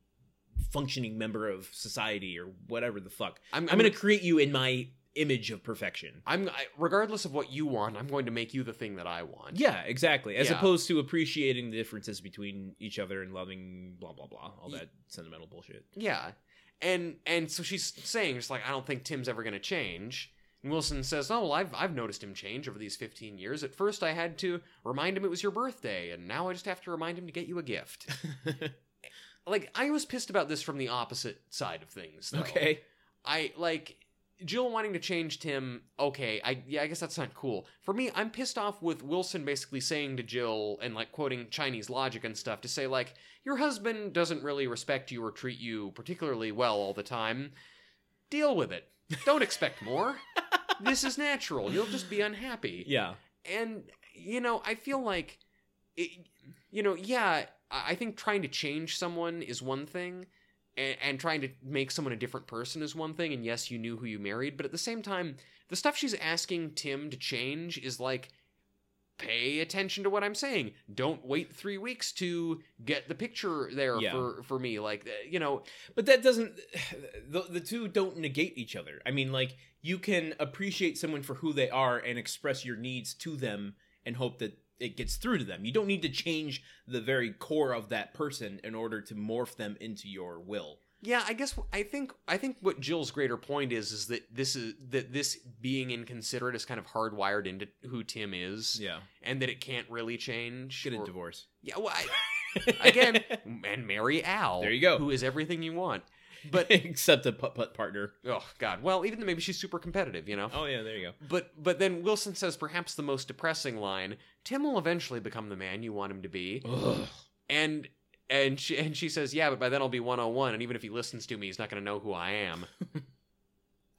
functioning member of society or whatever the fuck.
I'm,
I'm going to create you in my image of perfection.
I'm I, regardless of what you want, I'm going to make you the thing that I want.
Yeah, exactly. As
Yeah.
opposed to appreciating the differences between each other and loving blah blah blah, all
Ye-
that sentimental bullshit.
Yeah. And and so she's saying just like I don't think Tim's ever going to change. And Wilson says, "Oh, well, I've I've noticed him change over these 15 years. At first I had to remind him it was your birthday, and now I just have to remind him to get you a gift." like I was pissed about this from the opposite side of things. though.
okay.
I like Jill wanting to change Tim. Okay, I yeah, I guess that's not cool. For me, I'm pissed off with Wilson basically saying to Jill and like quoting Chinese logic and stuff to say like your husband doesn't really respect you or treat you particularly well all the time. Deal with it. Don't expect more. this is natural. You'll just be unhappy
Yeah.
and you know i feel like it, you know yeah i I think trying to change someone is one thing and, and trying to make someone a different person is one thing and yes you knew who you married but at the same time the stuff she's asking tim to change is like pay attention to what i'm saying don't wait three weeks to get the picture there
Yeah.
for for me like uh, you know
But that doesn't the, the two don't negate each other. I mean, like you can appreciate someone for who they are and express your needs to them and hope that it gets through to them. You don't need to change the very core of that person in order to morph them into your will.
Yeah, I guess I think I think what Jill's greater point is is that this is that this being inconsiderate is kind of hardwired into who Tim is,
Yeah.
and that it can't really change.
Get a
or-
divorce.
yeah, well, I, again, and marry Al.
There you go.
Who is everything you want? But
except a putt putt partner.
oh god, well, even though maybe she's super competitive, you know.
Oh yeah, there you go.
But but then Wilson says perhaps the most depressing line: Tim will eventually become the man you want him to be,
Ugh.
and. And she, and she says, "Yeah, but by then I'll be 101, and even if he listens to me, he's not going to know who I am."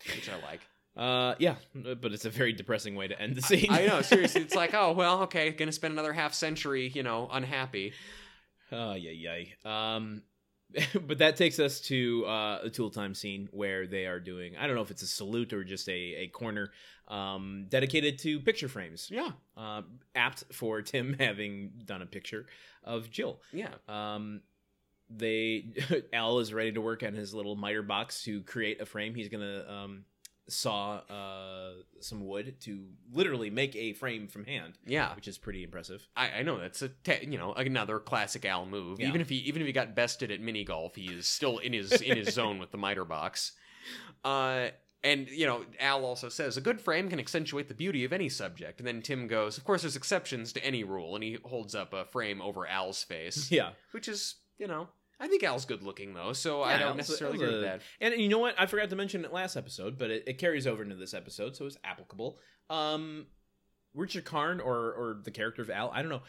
Which I like.
Uh, yeah, but it's a very depressing way to end the scene.
I know, seriously. It's like, oh well, okay, gonna spend another half century, you know, unhappy.
Oh yeah, yeah. Um, but that takes us to uh, a tool time scene where they are doing I don't know if it's a salute or just a a corner um, dedicated to picture frames,
Yeah,
uh, apt for Tim having done a picture of Jill.
yeah,
Um, they Al is ready to work on his little miter box to create a frame. He's gonna um, saw uh, some wood to literally make a frame from hand,
yeah.
which is pretty impressive.
I, I know that's a te- you know another classic Al move.
Yeah.
Even if he even if he got bested at mini golf, he is still in his in his zone with the miter box. Uh, and you know Al also says a good frame can accentuate the beauty of any subject. And then Tim goes, of course, there's exceptions to any rule, and he holds up a frame over Al's face,
Yeah.
which is you know I think Al's good looking though, so I
Yeah,
don't
Al's a-
necessarily
Al's
agree
a-
with that.
And you know what? I forgot to mention it last episode, but it, it carries over into this episode, so it's applicable. Um, Richard Karn or or the character of Al, I don't know,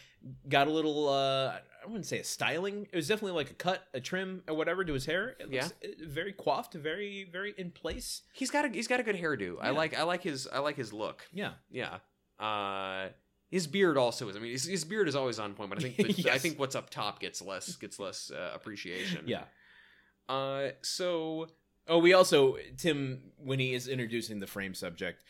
got a little uh, I wouldn't say a styling. It was definitely like a cut, a trim, or whatever to his hair. It looks uh, very coiffed, very very in place.
He's got a he's got a good hairdo. I
Yeah.
like I like his I like his look.
Yeah,
Yeah. Uh his beard also is. I mean, his, his beard is always on point, but I think the, I
Yes.
think what's up top gets less gets less uh, appreciation.
yeah.
Uh. So
Oh, we also Tim when he is introducing the frame subject.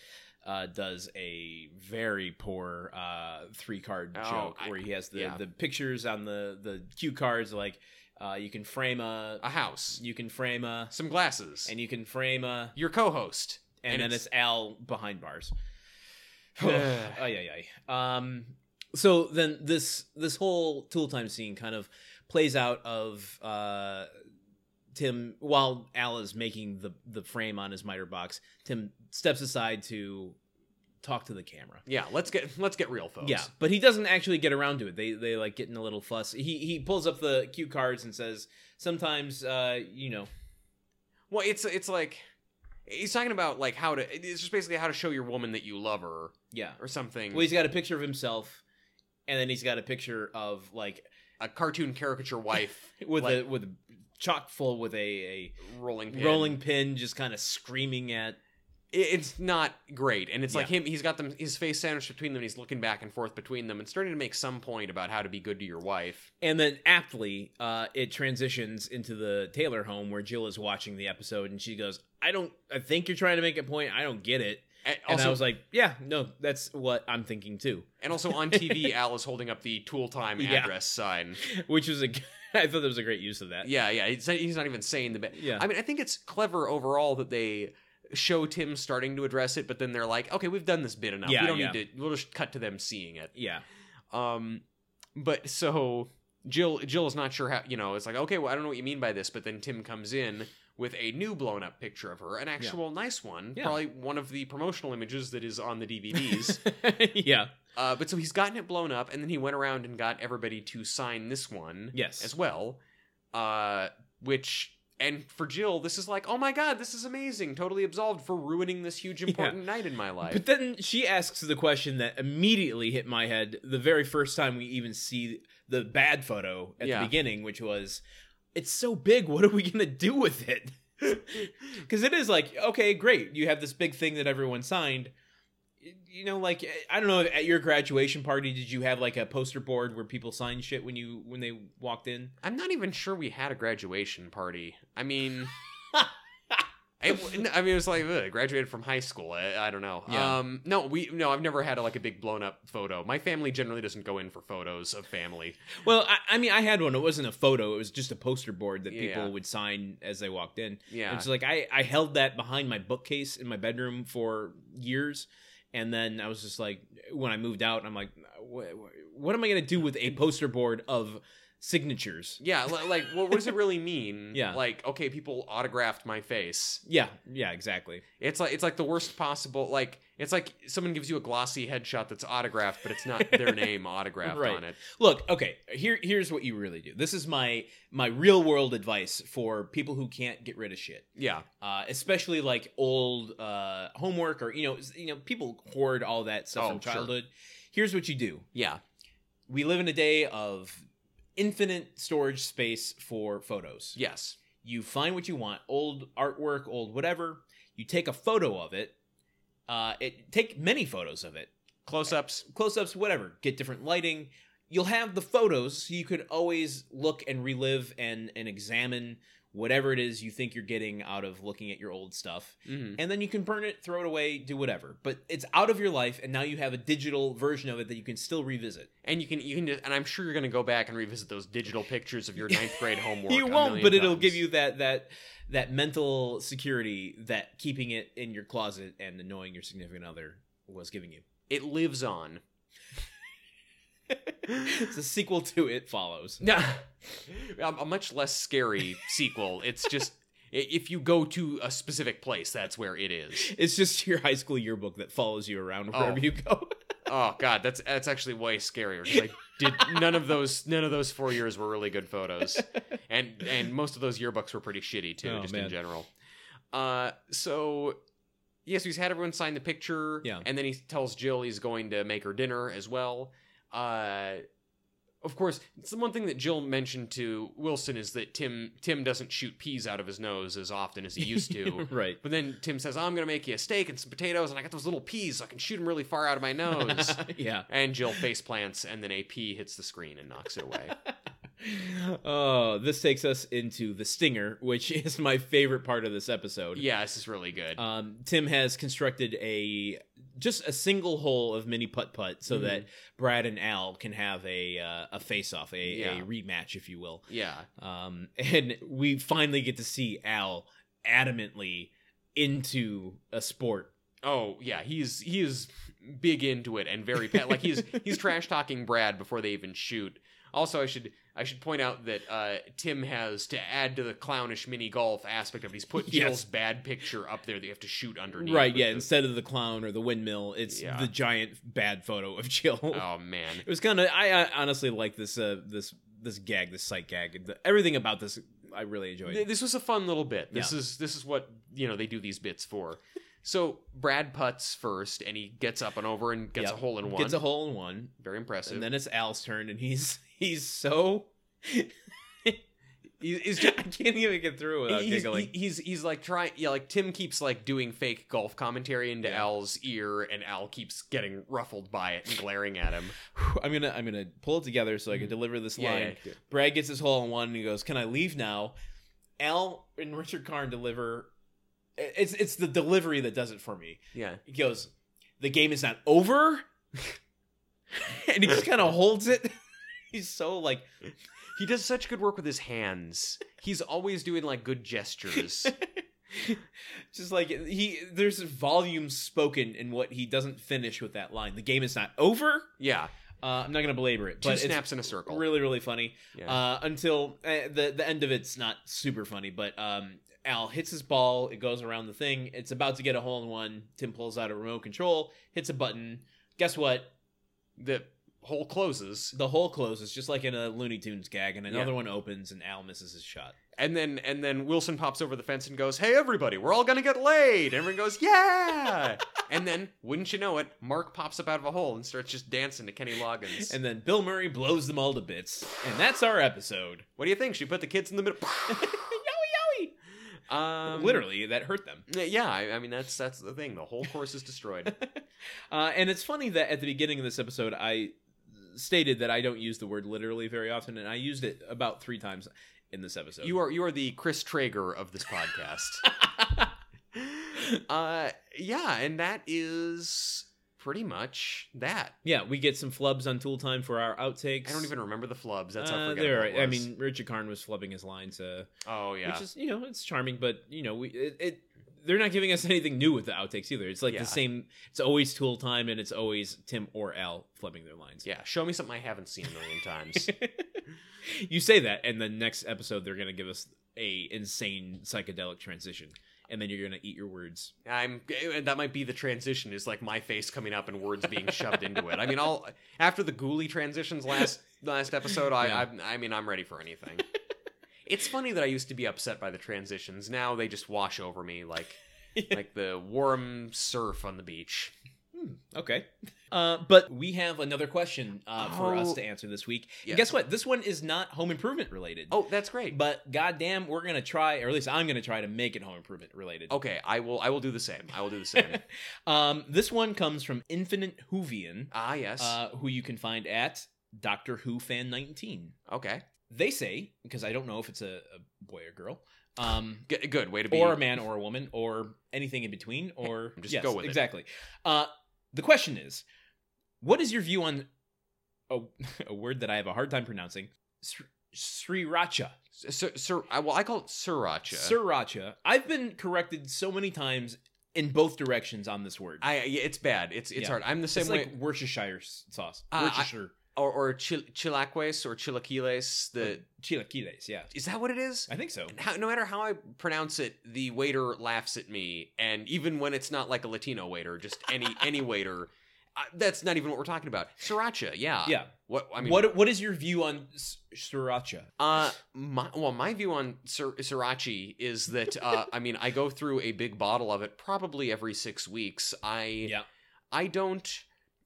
Uh, does a very poor uh, three card
Oh,
joke
I-
where he has the,
yeah.
the pictures on the the cue cards like uh, you can frame a
a house,
you can frame a
some glasses, and
and you can frame a
your co-host.
and,
And
then
it's-
it's, al behind bars oh yeah yeah um so then this this whole tool time scene kind of plays out of uh tim while al is making the the frame on his miter box tim steps aside to talk to the camera
Yeah. Let's get let's get real, folks.
yeah, but he doesn't actually get around to it. They they like get in a little fuss. He he pulls up the cue cards and says, "Sometimes, uh, you know,
Well, it's it's like he's talking about like how to. It's just basically how to show your woman that you love her
yeah,
or something.
Well, he's got a picture of himself, and then he's got a picture of like
a cartoon caricature wife
with
Like-
a with a chock full with a,
rolling
a
pin.
rolling pin, just kind of screaming at.
it- it's not great and it's like him he's got them his face sandwiched between them and he's looking back and forth between them and starting to make some point about how to be good to your wife
And then aptly, uh, it transitions into the Taylor home where Jill is watching the episode, and she goes, "I don't. I think you're trying to make a point. I don't get it."
and
And
also,
I was like, "Yeah, no, that's what I'm thinking too,"
and also on tv al is holding up the tool time
Yeah.
address sign
which was a I thought that was a great use of that.
Yeah, yeah. He's not, he's not even saying the. Ba-
Yeah.
I mean, I think it's clever overall that they show Tim starting to address it, but then they're like, okay, we've done this bit enough.
Yeah,
we don't
yeah.
need to. We'll just cut to them seeing it.
yeah.
Um, but so Jill, Jill is not sure how. You know, it's like, okay, well, I don't know what you mean by this, but then Tim comes in with a new blown up picture of her, an actual nice one,
Yeah.
probably one of the promotional images that is on the DVDs.
yeah.
uh, but so he's gotten it blown up, and then he went around and got everybody to sign this one
Yes.
as well. Uh, which and for Jill, this is like, oh my god, this is amazing! Totally absolved for ruining this huge important night in my life.
But then she asks the question that immediately hit my head the very first time we even see the bad photo at
Yeah.
the beginning, which was, "It's so big. What are we gonna do with it?" Because it is like, okay, great, you have this big thing that everyone signed. You know, like I don't know, at your graduation party, did you have like a poster board where people signed shit when you when they walked in?
I'm not even sure we had a graduation party. I mean, it, w- I mean, it was like ugh, graduated from high school. I, I don't know.
Yeah.
Um, no, we no, I've never had like a big blown up photo. My family generally doesn't go in for photos of family.
Well, I, I mean, I had one. It wasn't a photo. It was just a poster board that
Yeah.
people would sign as they walked in.
Yeah,
It's like I, I held that behind my bookcase in my bedroom for years. And then I was just like, when I moved out, I'm like, what, what am I going to do with a poster board of signatures?
yeah. li- Like, what, what does it really mean?
Yeah.
Like, okay, people autographed my face.
Yeah, yeah, exactly.
It's like it's like the worst possible. Like it's like someone gives you a glossy headshot that's autographed, but it's not their name autographed
Right.
on it.
Look, okay, here here's what you really do. This is my my real world advice for people who can't get rid of shit.
Yeah,
Uh, especially like old uh, homework or you know, s- you know, people hoard all that stuff
Oh,
from
sure.
childhood. Here's what you do.
yeah,
we live in a day of infinite storage space for photos.
yes,
You find what you want, old artwork, old whatever. You take a photo of it. Uh, it take many photos of it,
close-ups.
close-ups, whatever. Get different lighting. You'll have the photos, so you could always look and relive and and examine whatever it is you think you're getting out of looking at your old stuff.
Mhm.
And then you can burn it, throw it away, do whatever. But it's out of your life, and now you have a digital version of it that you can still revisit.
And you can you can just, and I'm sure you're gonna go back and revisit those digital pictures of your ninth grade homework.
you
a
won't
million
but it'll
times.
give you that that that mental security that keeping it in your closet and annoying your significant other was giving you
it lives on.
it's a sequel to it follows
Yeah, a a much less scary sequel. It's just i- if you go to a specific place, that's where it is.
it's just your high school yearbook that follows you around
Oh.
wherever you go
Oh God, that's that's actually way scarier. 'cause, Like, did none of those none of those four years were really good photos, and and most of those yearbooks were pretty shitty too,
Oh,
just in
man.
general. Uh, so yes, he's had everyone sign the picture.
Yeah.
and then he tells Jill he's going to make her dinner as well. Uh, of course, it's the one thing that Jill mentioned to Wilson is that Tim Tim doesn't shoot peas out of his nose as often as he used to.
right
But then Tim says, "I'm gonna make you a steak and some potatoes, and I got those little peas, so I can shoot them really far out of my nose."
yeah
And Jill face plants, and then a pea hits the screen and knocks it away.
oh this takes us into the stinger which is my favorite part of this episode
yeah, this is really good.
um, Tim has constructed a just a single hole of mini putt putt so
Mhm.
that Brad and Al can have a uh, a face off, a,
Yeah.
a rematch, if you will.
yeah,
Um, and we finally get to see Al adamantly into a sport.
Oh yeah, he's he is big into it and very pet. like he's he's trash talking Brad before they even shoot. Also, I should I should point out that uh, Tim has to add to the clownish mini golf aspect of it. He's put
Yes.
Jill's bad picture up there that you have to shoot underneath.
right?
with
Yeah.
the-
Instead of the clown or the windmill, it's
Yeah.
the giant bad photo of Jill.
oh man.
It was kind of. I, I honestly like this. Uh, this this gag, this sight gag, the, everything about this. I really enjoyed.
Th- This was a fun little bit. This is this is what you know they do these bits for. So Brad putts first, and he gets up and over and gets
Yep.
a hole in one.
Gets a hole in one.
Very impressive.
and then it's Al's turn, and he's he's so
he, he's
I can't even get through without
he's,
giggling.
he- he's he's like trying yeah like tim keeps like doing fake golf commentary into
Yeah.
al's ear and al keeps getting ruffled by it and glaring at him
I'm gonna I'm gonna pull it together so I can
Mhm.
deliver this
yeah,
line.
yeah.
Brad gets his hole in one, and he goes, "Can I leave now?" Al and Richard Karn deliver. It's it's the delivery that does it for me.
yeah
He goes, "The game is not over," and he just kind of holds it. He's so like
He does such good work with his hands. He's always doing like good gestures.
Just like he, there's volume spoken in what he doesn't finish with that line. The game is not over.
Yeah,
Uh, I'm not gonna belabor it,
two
but it's
snaps in a circle.
really really funny.
yeah.
Uh, until uh, the the end of it's not super funny, but um, Al hits his ball. It goes around the thing. It's about to get a hole in one. Tim pulls out a remote control, hits a button. Guess what?
the hole closes,
The hole closes just like in a Looney Tunes gag, and another one opens, and Al misses his shot.
and then and then Wilson pops over the fence and goes, "Hey, everybody, we're all gonna get laid." Everyone goes, "Yeah!" and then, wouldn't you know it, Mark pops up out of a hole and starts just dancing to Kenny Loggins.
And then Bill Murray blows them all to bits, and that's our episode.
what do you think? She put the kids in the middle.
Yowie
yowie. Um,
Literally, that hurt them.
Yeah, I, I mean that's that's the thing. The whole course is destroyed.
Uh, and it's funny that at the beginning of this episode, I stated that I don't use the word literally very often, and I used it about three times in this episode.
you are you are the Chris Traeger of this podcast. uh, yeah, and that is pretty much that.
yeah, we get some flubs on Tool Time for our outtakes.
I don't even remember the flubs. That's how
Uh,
forgettable
they're all
it
right. I
was.
mean, Richard Karn was flubbing his lines, uh,
oh yeah,
which is you know it's charming, but you know we it, it they're not giving us anything new with the outtakes either. It's like
Yeah.
the same. It's always Tool Time, and it's always Tim or Al flubbing their lines.
yeah. Show me something I haven't seen a million times.
you say that, and the next episode they're gonna give us a insane psychedelic transition, and then you're gonna eat your words.
I'm and that might be the transition is like my face coming up and words being shoved into it. I mean, I'll after the ghoulie transitions last last episode, I
Yeah.
I, I mean, I'm ready for anything. it's funny that I used to be upset by the transitions. Now they just wash over me like like the warm surf on the beach.
Hmm, okay, uh, but we have another question uh, for us
Oh.
to answer this week. And
Yeah.
guess what? This one is not home improvement related.
Oh, that's great.
but goddamn, we're gonna try, or at least I'm gonna try to make it home improvement related.
okay, I will I will do the same. I will do the same.
um, this one comes from Infinite Whovian,
ah, yes.
uh, who you can find at Doctor Who Fan 19.
okay.
They say because I don't know if it's a, a boy or girl. Um,
G- good way to be
or a man or a woman or anything in between or
Just go with it.
exactly uh the question is what is your view on a, a word that i have a hard time pronouncing Sri- sriracha
Sir, sir, I, well, I call it sriracha.
sriracha i've been corrected so many times in both directions on this word
I yeah, it's bad. It's it's
Yeah.
hard. I'm the same
it's
way.
like Worcestershire s- sauce
Uh, I-
Worcestershire
or or chil- chilaquiles or chilaquiles. The
chilaquiles yeah
is that what it is?
i think so
How, no matter how I pronounce it, the waiter laughs at me, and even when it's not like a Latino waiter, just any any waiter. I, that's not even what we're talking about. Sriracha, yeah.
yeah
What Uh, I mean,
what what is your view on s- sriracha
Uh, my well, my view on sir, sriracha is that uh, I mean, I go through a big bottle of it probably every six weeks. I
Yeah.
I don't.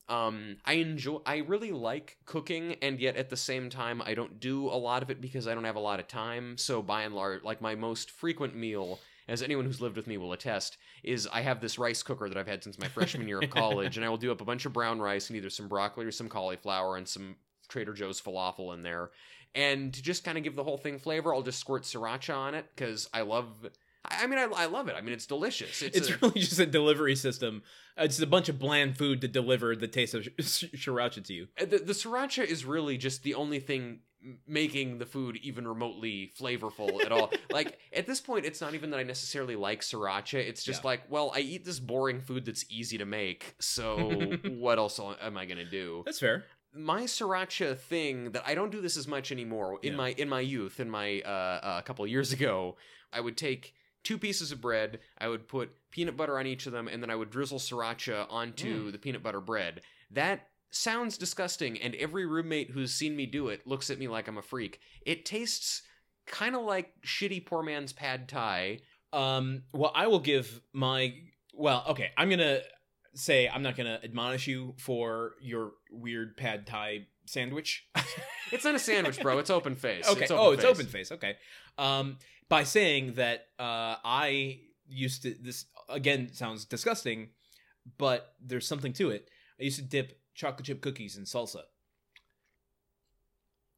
Um, I enjoy. I really like cooking, and yet at the same time, I don't do a lot of it because I don't have a lot of time. So by and large, like my most frequent meal, as anyone who's lived with me will attest, is I have this rice cooker that I've had since my freshman year of college, and I will do up a bunch of brown rice and either some broccoli or some cauliflower and some Trader Joe's falafel in there. And to just kind of give the whole thing flavor, I'll just squirt sriracha on it because I love. I I mean, I, I love it. I mean, it's delicious. It's,
It's
a-
really just a delivery system. It's a bunch of bland food to deliver the taste of sh- sh- sriracha to you.
uh, the, the sriracha is really just the only thing m- making the food even remotely flavorful at all. like at this point, it's not even that I necessarily like sriracha. It's just
Yeah.
like, well, I eat this boring food that's easy to make. So what else am I gonna do?
That's fair.
my sriracha thing that I don't do this as much anymore. In
Yeah.
my in my youth, in my uh, uh, a couple of years ago, I would take two pieces of bread. I would put peanut butter on each of them, and then I would drizzle sriracha
Mm.
onto the peanut butter bread. That sounds disgusting, and every roommate who's seen me do it looks at me like I'm a freak. It tastes kind of like shitty poor man's pad thai.
Um, well, I will give my. Well, okay. I'm gonna say I'm not gonna admonish you for your weird pad thai sandwich.
It's not a sandwich, bro. It's open face.
okay.
It's
oh, it's
face.
open face. Okay. Um, by saying that, uh, I used to this again sounds disgusting, but there's something to it. I used to dip chocolate chip cookies in salsa.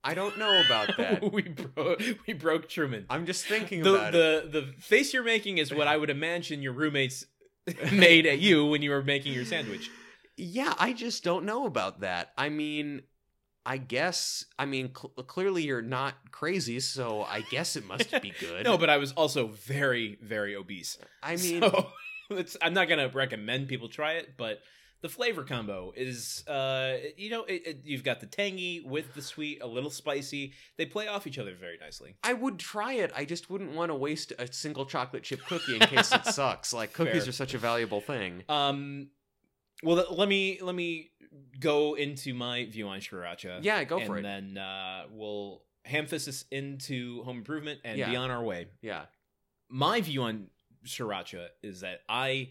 I don't know about that.
we bro- we broke Truman.
I'm just thinking
the
about it.
the the face you're making is what I would imagine your roommates made at you when you were making your sandwich.
Yeah, I just don't know about that. I mean, I guess. I mean, cl- clearly you're not crazy, so I guess it must be good.
No, but I was also very, very obese.
I mean,
So, it's, I'm not gonna recommend people try it, but the flavor combo is, uh, you know, it, it, you've got the tangy with the sweet, a little spicy. They play off each other very nicely.
I would try it. I just wouldn't want to waste a single chocolate chip cookie in case it sucks. Like cookies
Fair.
are such a valuable thing.
Um, well, let- let me let me go into my view on sriracha.
Yeah, go
and
for it.
then uh, we'll hamfist into home improvement and
Yeah.
be on our way.
yeah.
My view on sriracha is that I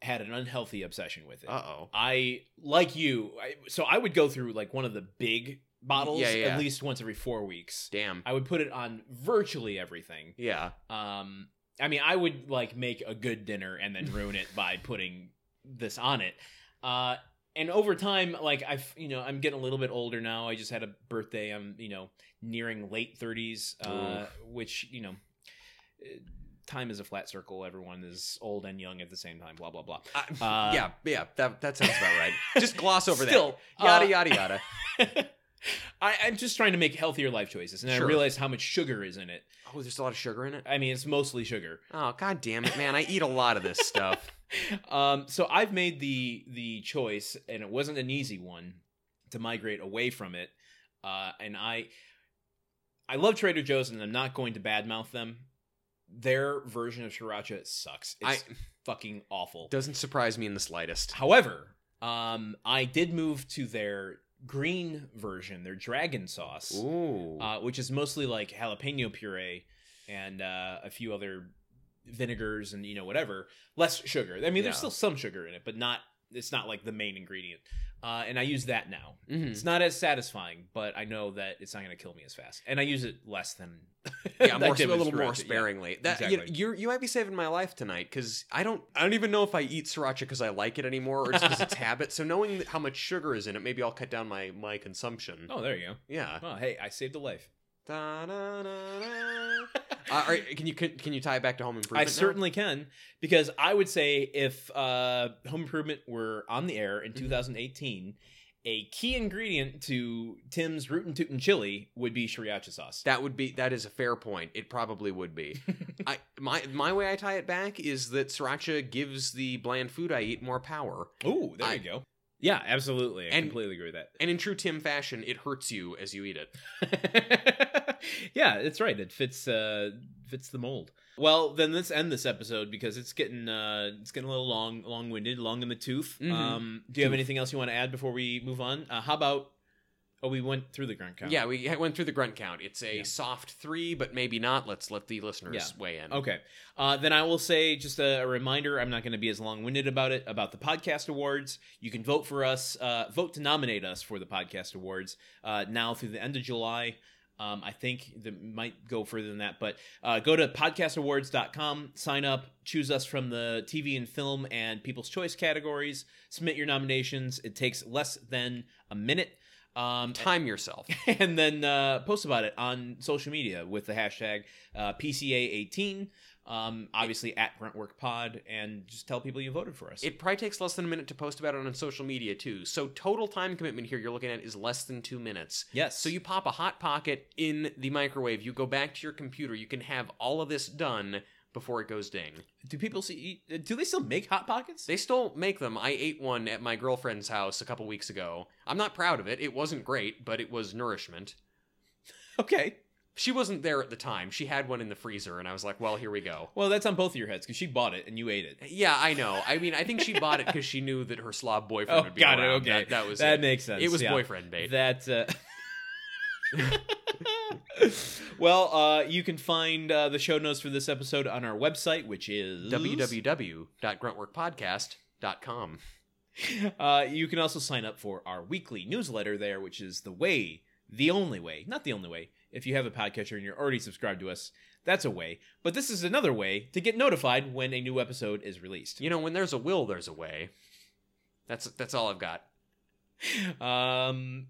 had an unhealthy obsession with it.
Uh oh.
I like you. I, so I would go through like one of the big bottles
Yeah, yeah.
at least once every four weeks.
Damn.
I would put it on virtually everything.
Yeah.
Um, I mean, I would like make a good dinner and then ruin it by putting this on it. Uh, and over time, like I've, you know, I'm getting a little bit older now. I just had a birthday. I'm, you know, nearing late 30s, uh, which, you know, eh, time is a flat circle. Everyone is old and young at the same time, blah, blah, blah.
I-
Uh,
yeah. Yeah. That that sounds about right. just gloss over
Still,
that. Yada
uh,
yada yada.
I, I'm just trying to make healthier life choices, and
Sure.
I realized how much sugar is in it.
Oh, there's a lot of sugar in it.
I mean, it's mostly sugar.
Oh god damn it, man! I eat a lot of this stuff.
Um, so I've made the the choice, and it wasn't an easy one, to migrate away from it. Uh, and I, I love Trader Joe's, and I'm not going to badmouth them. Their version of sriracha sucks.
I
It's fucking awful.
doesn't surprise me in the slightest.
However, um, I did move to their green version, their dragon sauce.
Ooh.
uh, which is mostly like jalapeno puree and uh, a few other vinegars and you know whatever less sugar i mean
Yeah.
there's still some sugar in it but not it's not like the main ingredient uh, and i use that now
Mhm.
it's not as satisfying but i know that it's not going to kill me as fast and i use it less than
Yeah,
I
more, a
did with
little more
sriracha, yeah.
sparingly. That you-
Exactly.
you, you might be saving my life tonight because I don't I don't even know if I eat sriracha because I like it anymore or just because it's habit. So knowing how much sugar is in it, maybe I'll cut down my my consumption.
oh there you go
Yeah.
oh hey i saved a life
Da-na-na-na. Uh, all right, can you can, can you tie it back to home improvement?
I
now?
certainly can because I would say if uh, Home Improvement were on the air in
Mhm.
2018, a key ingredient to Tim's Rootin' Tootin' Chili would be sriracha sauce.
That would be that is a fair point. It probably would be. I my my way I tie it back is that sriracha gives the bland food I eat more power.
Ooh, there
I-
you go. Yeah, absolutely. I
And-
completely agree with
And in true Tim fashion, it hurts you as you eat it.
that. yeah, that's right. It fits uh, fits the mold. Well, then let's end this episode because it's getting uh, it's getting a little long long winded, long in the tooth.
Mhm.
Um, do you have
Tooth.
anything else you want to add before we move on? Uh, how about? Oh, we went through the grunt count.
Yeah, we ha- went through the grunt count. It's a
Yeah.
soft three, but maybe not. Let's let the listeners
Yeah.
weigh in.
Okay. Uh, then I will say just a, a reminder I'm not going to be as long winded about it about the podcast awards. You can vote for us, uh, vote to nominate us for the podcast awards uh, now through the end of July. Um, I think that might go further than that, but uh, go to podcastawards.com, sign up, choose us from the TV and film and People's Choice categories, submit your nominations. It takes less than a minute. Um,
Time yourself.
and then uh, post about it on social media with the hashtag uh, PCA18. Um, obviously at Gruntwork Pod, and just tell people you voted for us.
It probably takes less than a minute to post about it on social media too. So total time commitment here you're looking at is less than two minutes.
yes.
So you pop a hot pocket in the microwave. You go back to your computer. You can have all of this done before it goes ding.
do people see? Do they still make hot pockets?
They still make them. I ate one at my girlfriend's house a couple weeks ago. I'm not proud of it. It wasn't great, but it was nourishment.
okay.
She wasn't there at the time. She had one in the freezer, and I was like, well, here we go.
Well, that's on both of your heads because she bought it and you ate it.
Yeah, I know. I mean, I think she bought it because she knew that her slob boyfriend would be
Oh, got it,
around.
okay.
That, that was
That
it.
makes sense.
it was
yeah.
boyfriend bait.
That. Uh... well, uh, you can find uh, the show notes for this episode on our website, which is
www.gruntworkpodcast.com.
Uh, you can also sign up for our weekly newsletter there, which is the way, the only way, not the only way. If you have a podcatcher and you're already subscribed to us, that's a way. But this is another way to get notified when a new episode is released.
You know, when there's a will, there's a way. That's that's all I've got.
Um,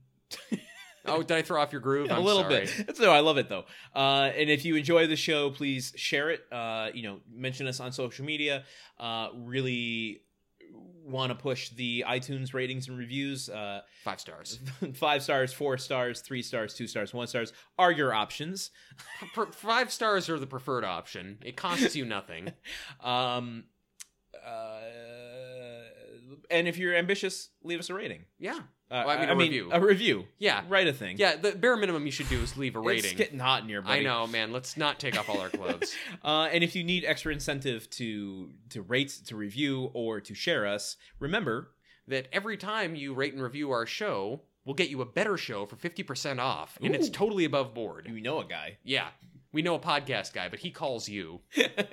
Oh, did I throw off your groove?
a
I'm
little
sorry.
bit. That's no, I love it though. Uh, and if you enjoy the show, please share it. Uh, you know, mention us on social media. Uh, really, want to push the iTunes ratings and reviews. Uh,
Five stars.
five stars, four stars, three stars, two stars, one stars are your options.
Pre- Five stars are the preferred option. It costs you nothing.
Um, uh, and if you're ambitious, leave us a rating.
Yeah.
Uh,
Well, I mean, a review.
a review.
Yeah.
Write a thing.
Yeah, the bare minimum you should do is leave a rating.
It's getting hot in here, buddy.
I know, man. Let's not take off all our clothes.
Uh, and if you need extra incentive to to rate, to review, or to share us, remember
that every time you rate and review our show, we'll get you a better show for 50% off. And it's
Ooh.
totally above board.
you know a guy.
Yeah. We know a podcast guy, but he calls you.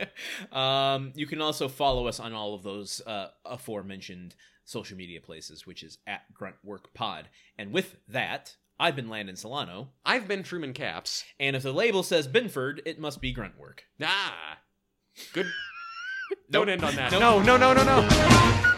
um, you can also follow us on all of those uh, aforementioned social media places, which is at Gruntwork Pod. And with that, I've been Landon Solano,
I've been Truman Caps.
and if the label says Binford, it must be Gruntwork.
Ah. Good. Don't
Nope.
end on that.
Nope.
No, no, no, no, no.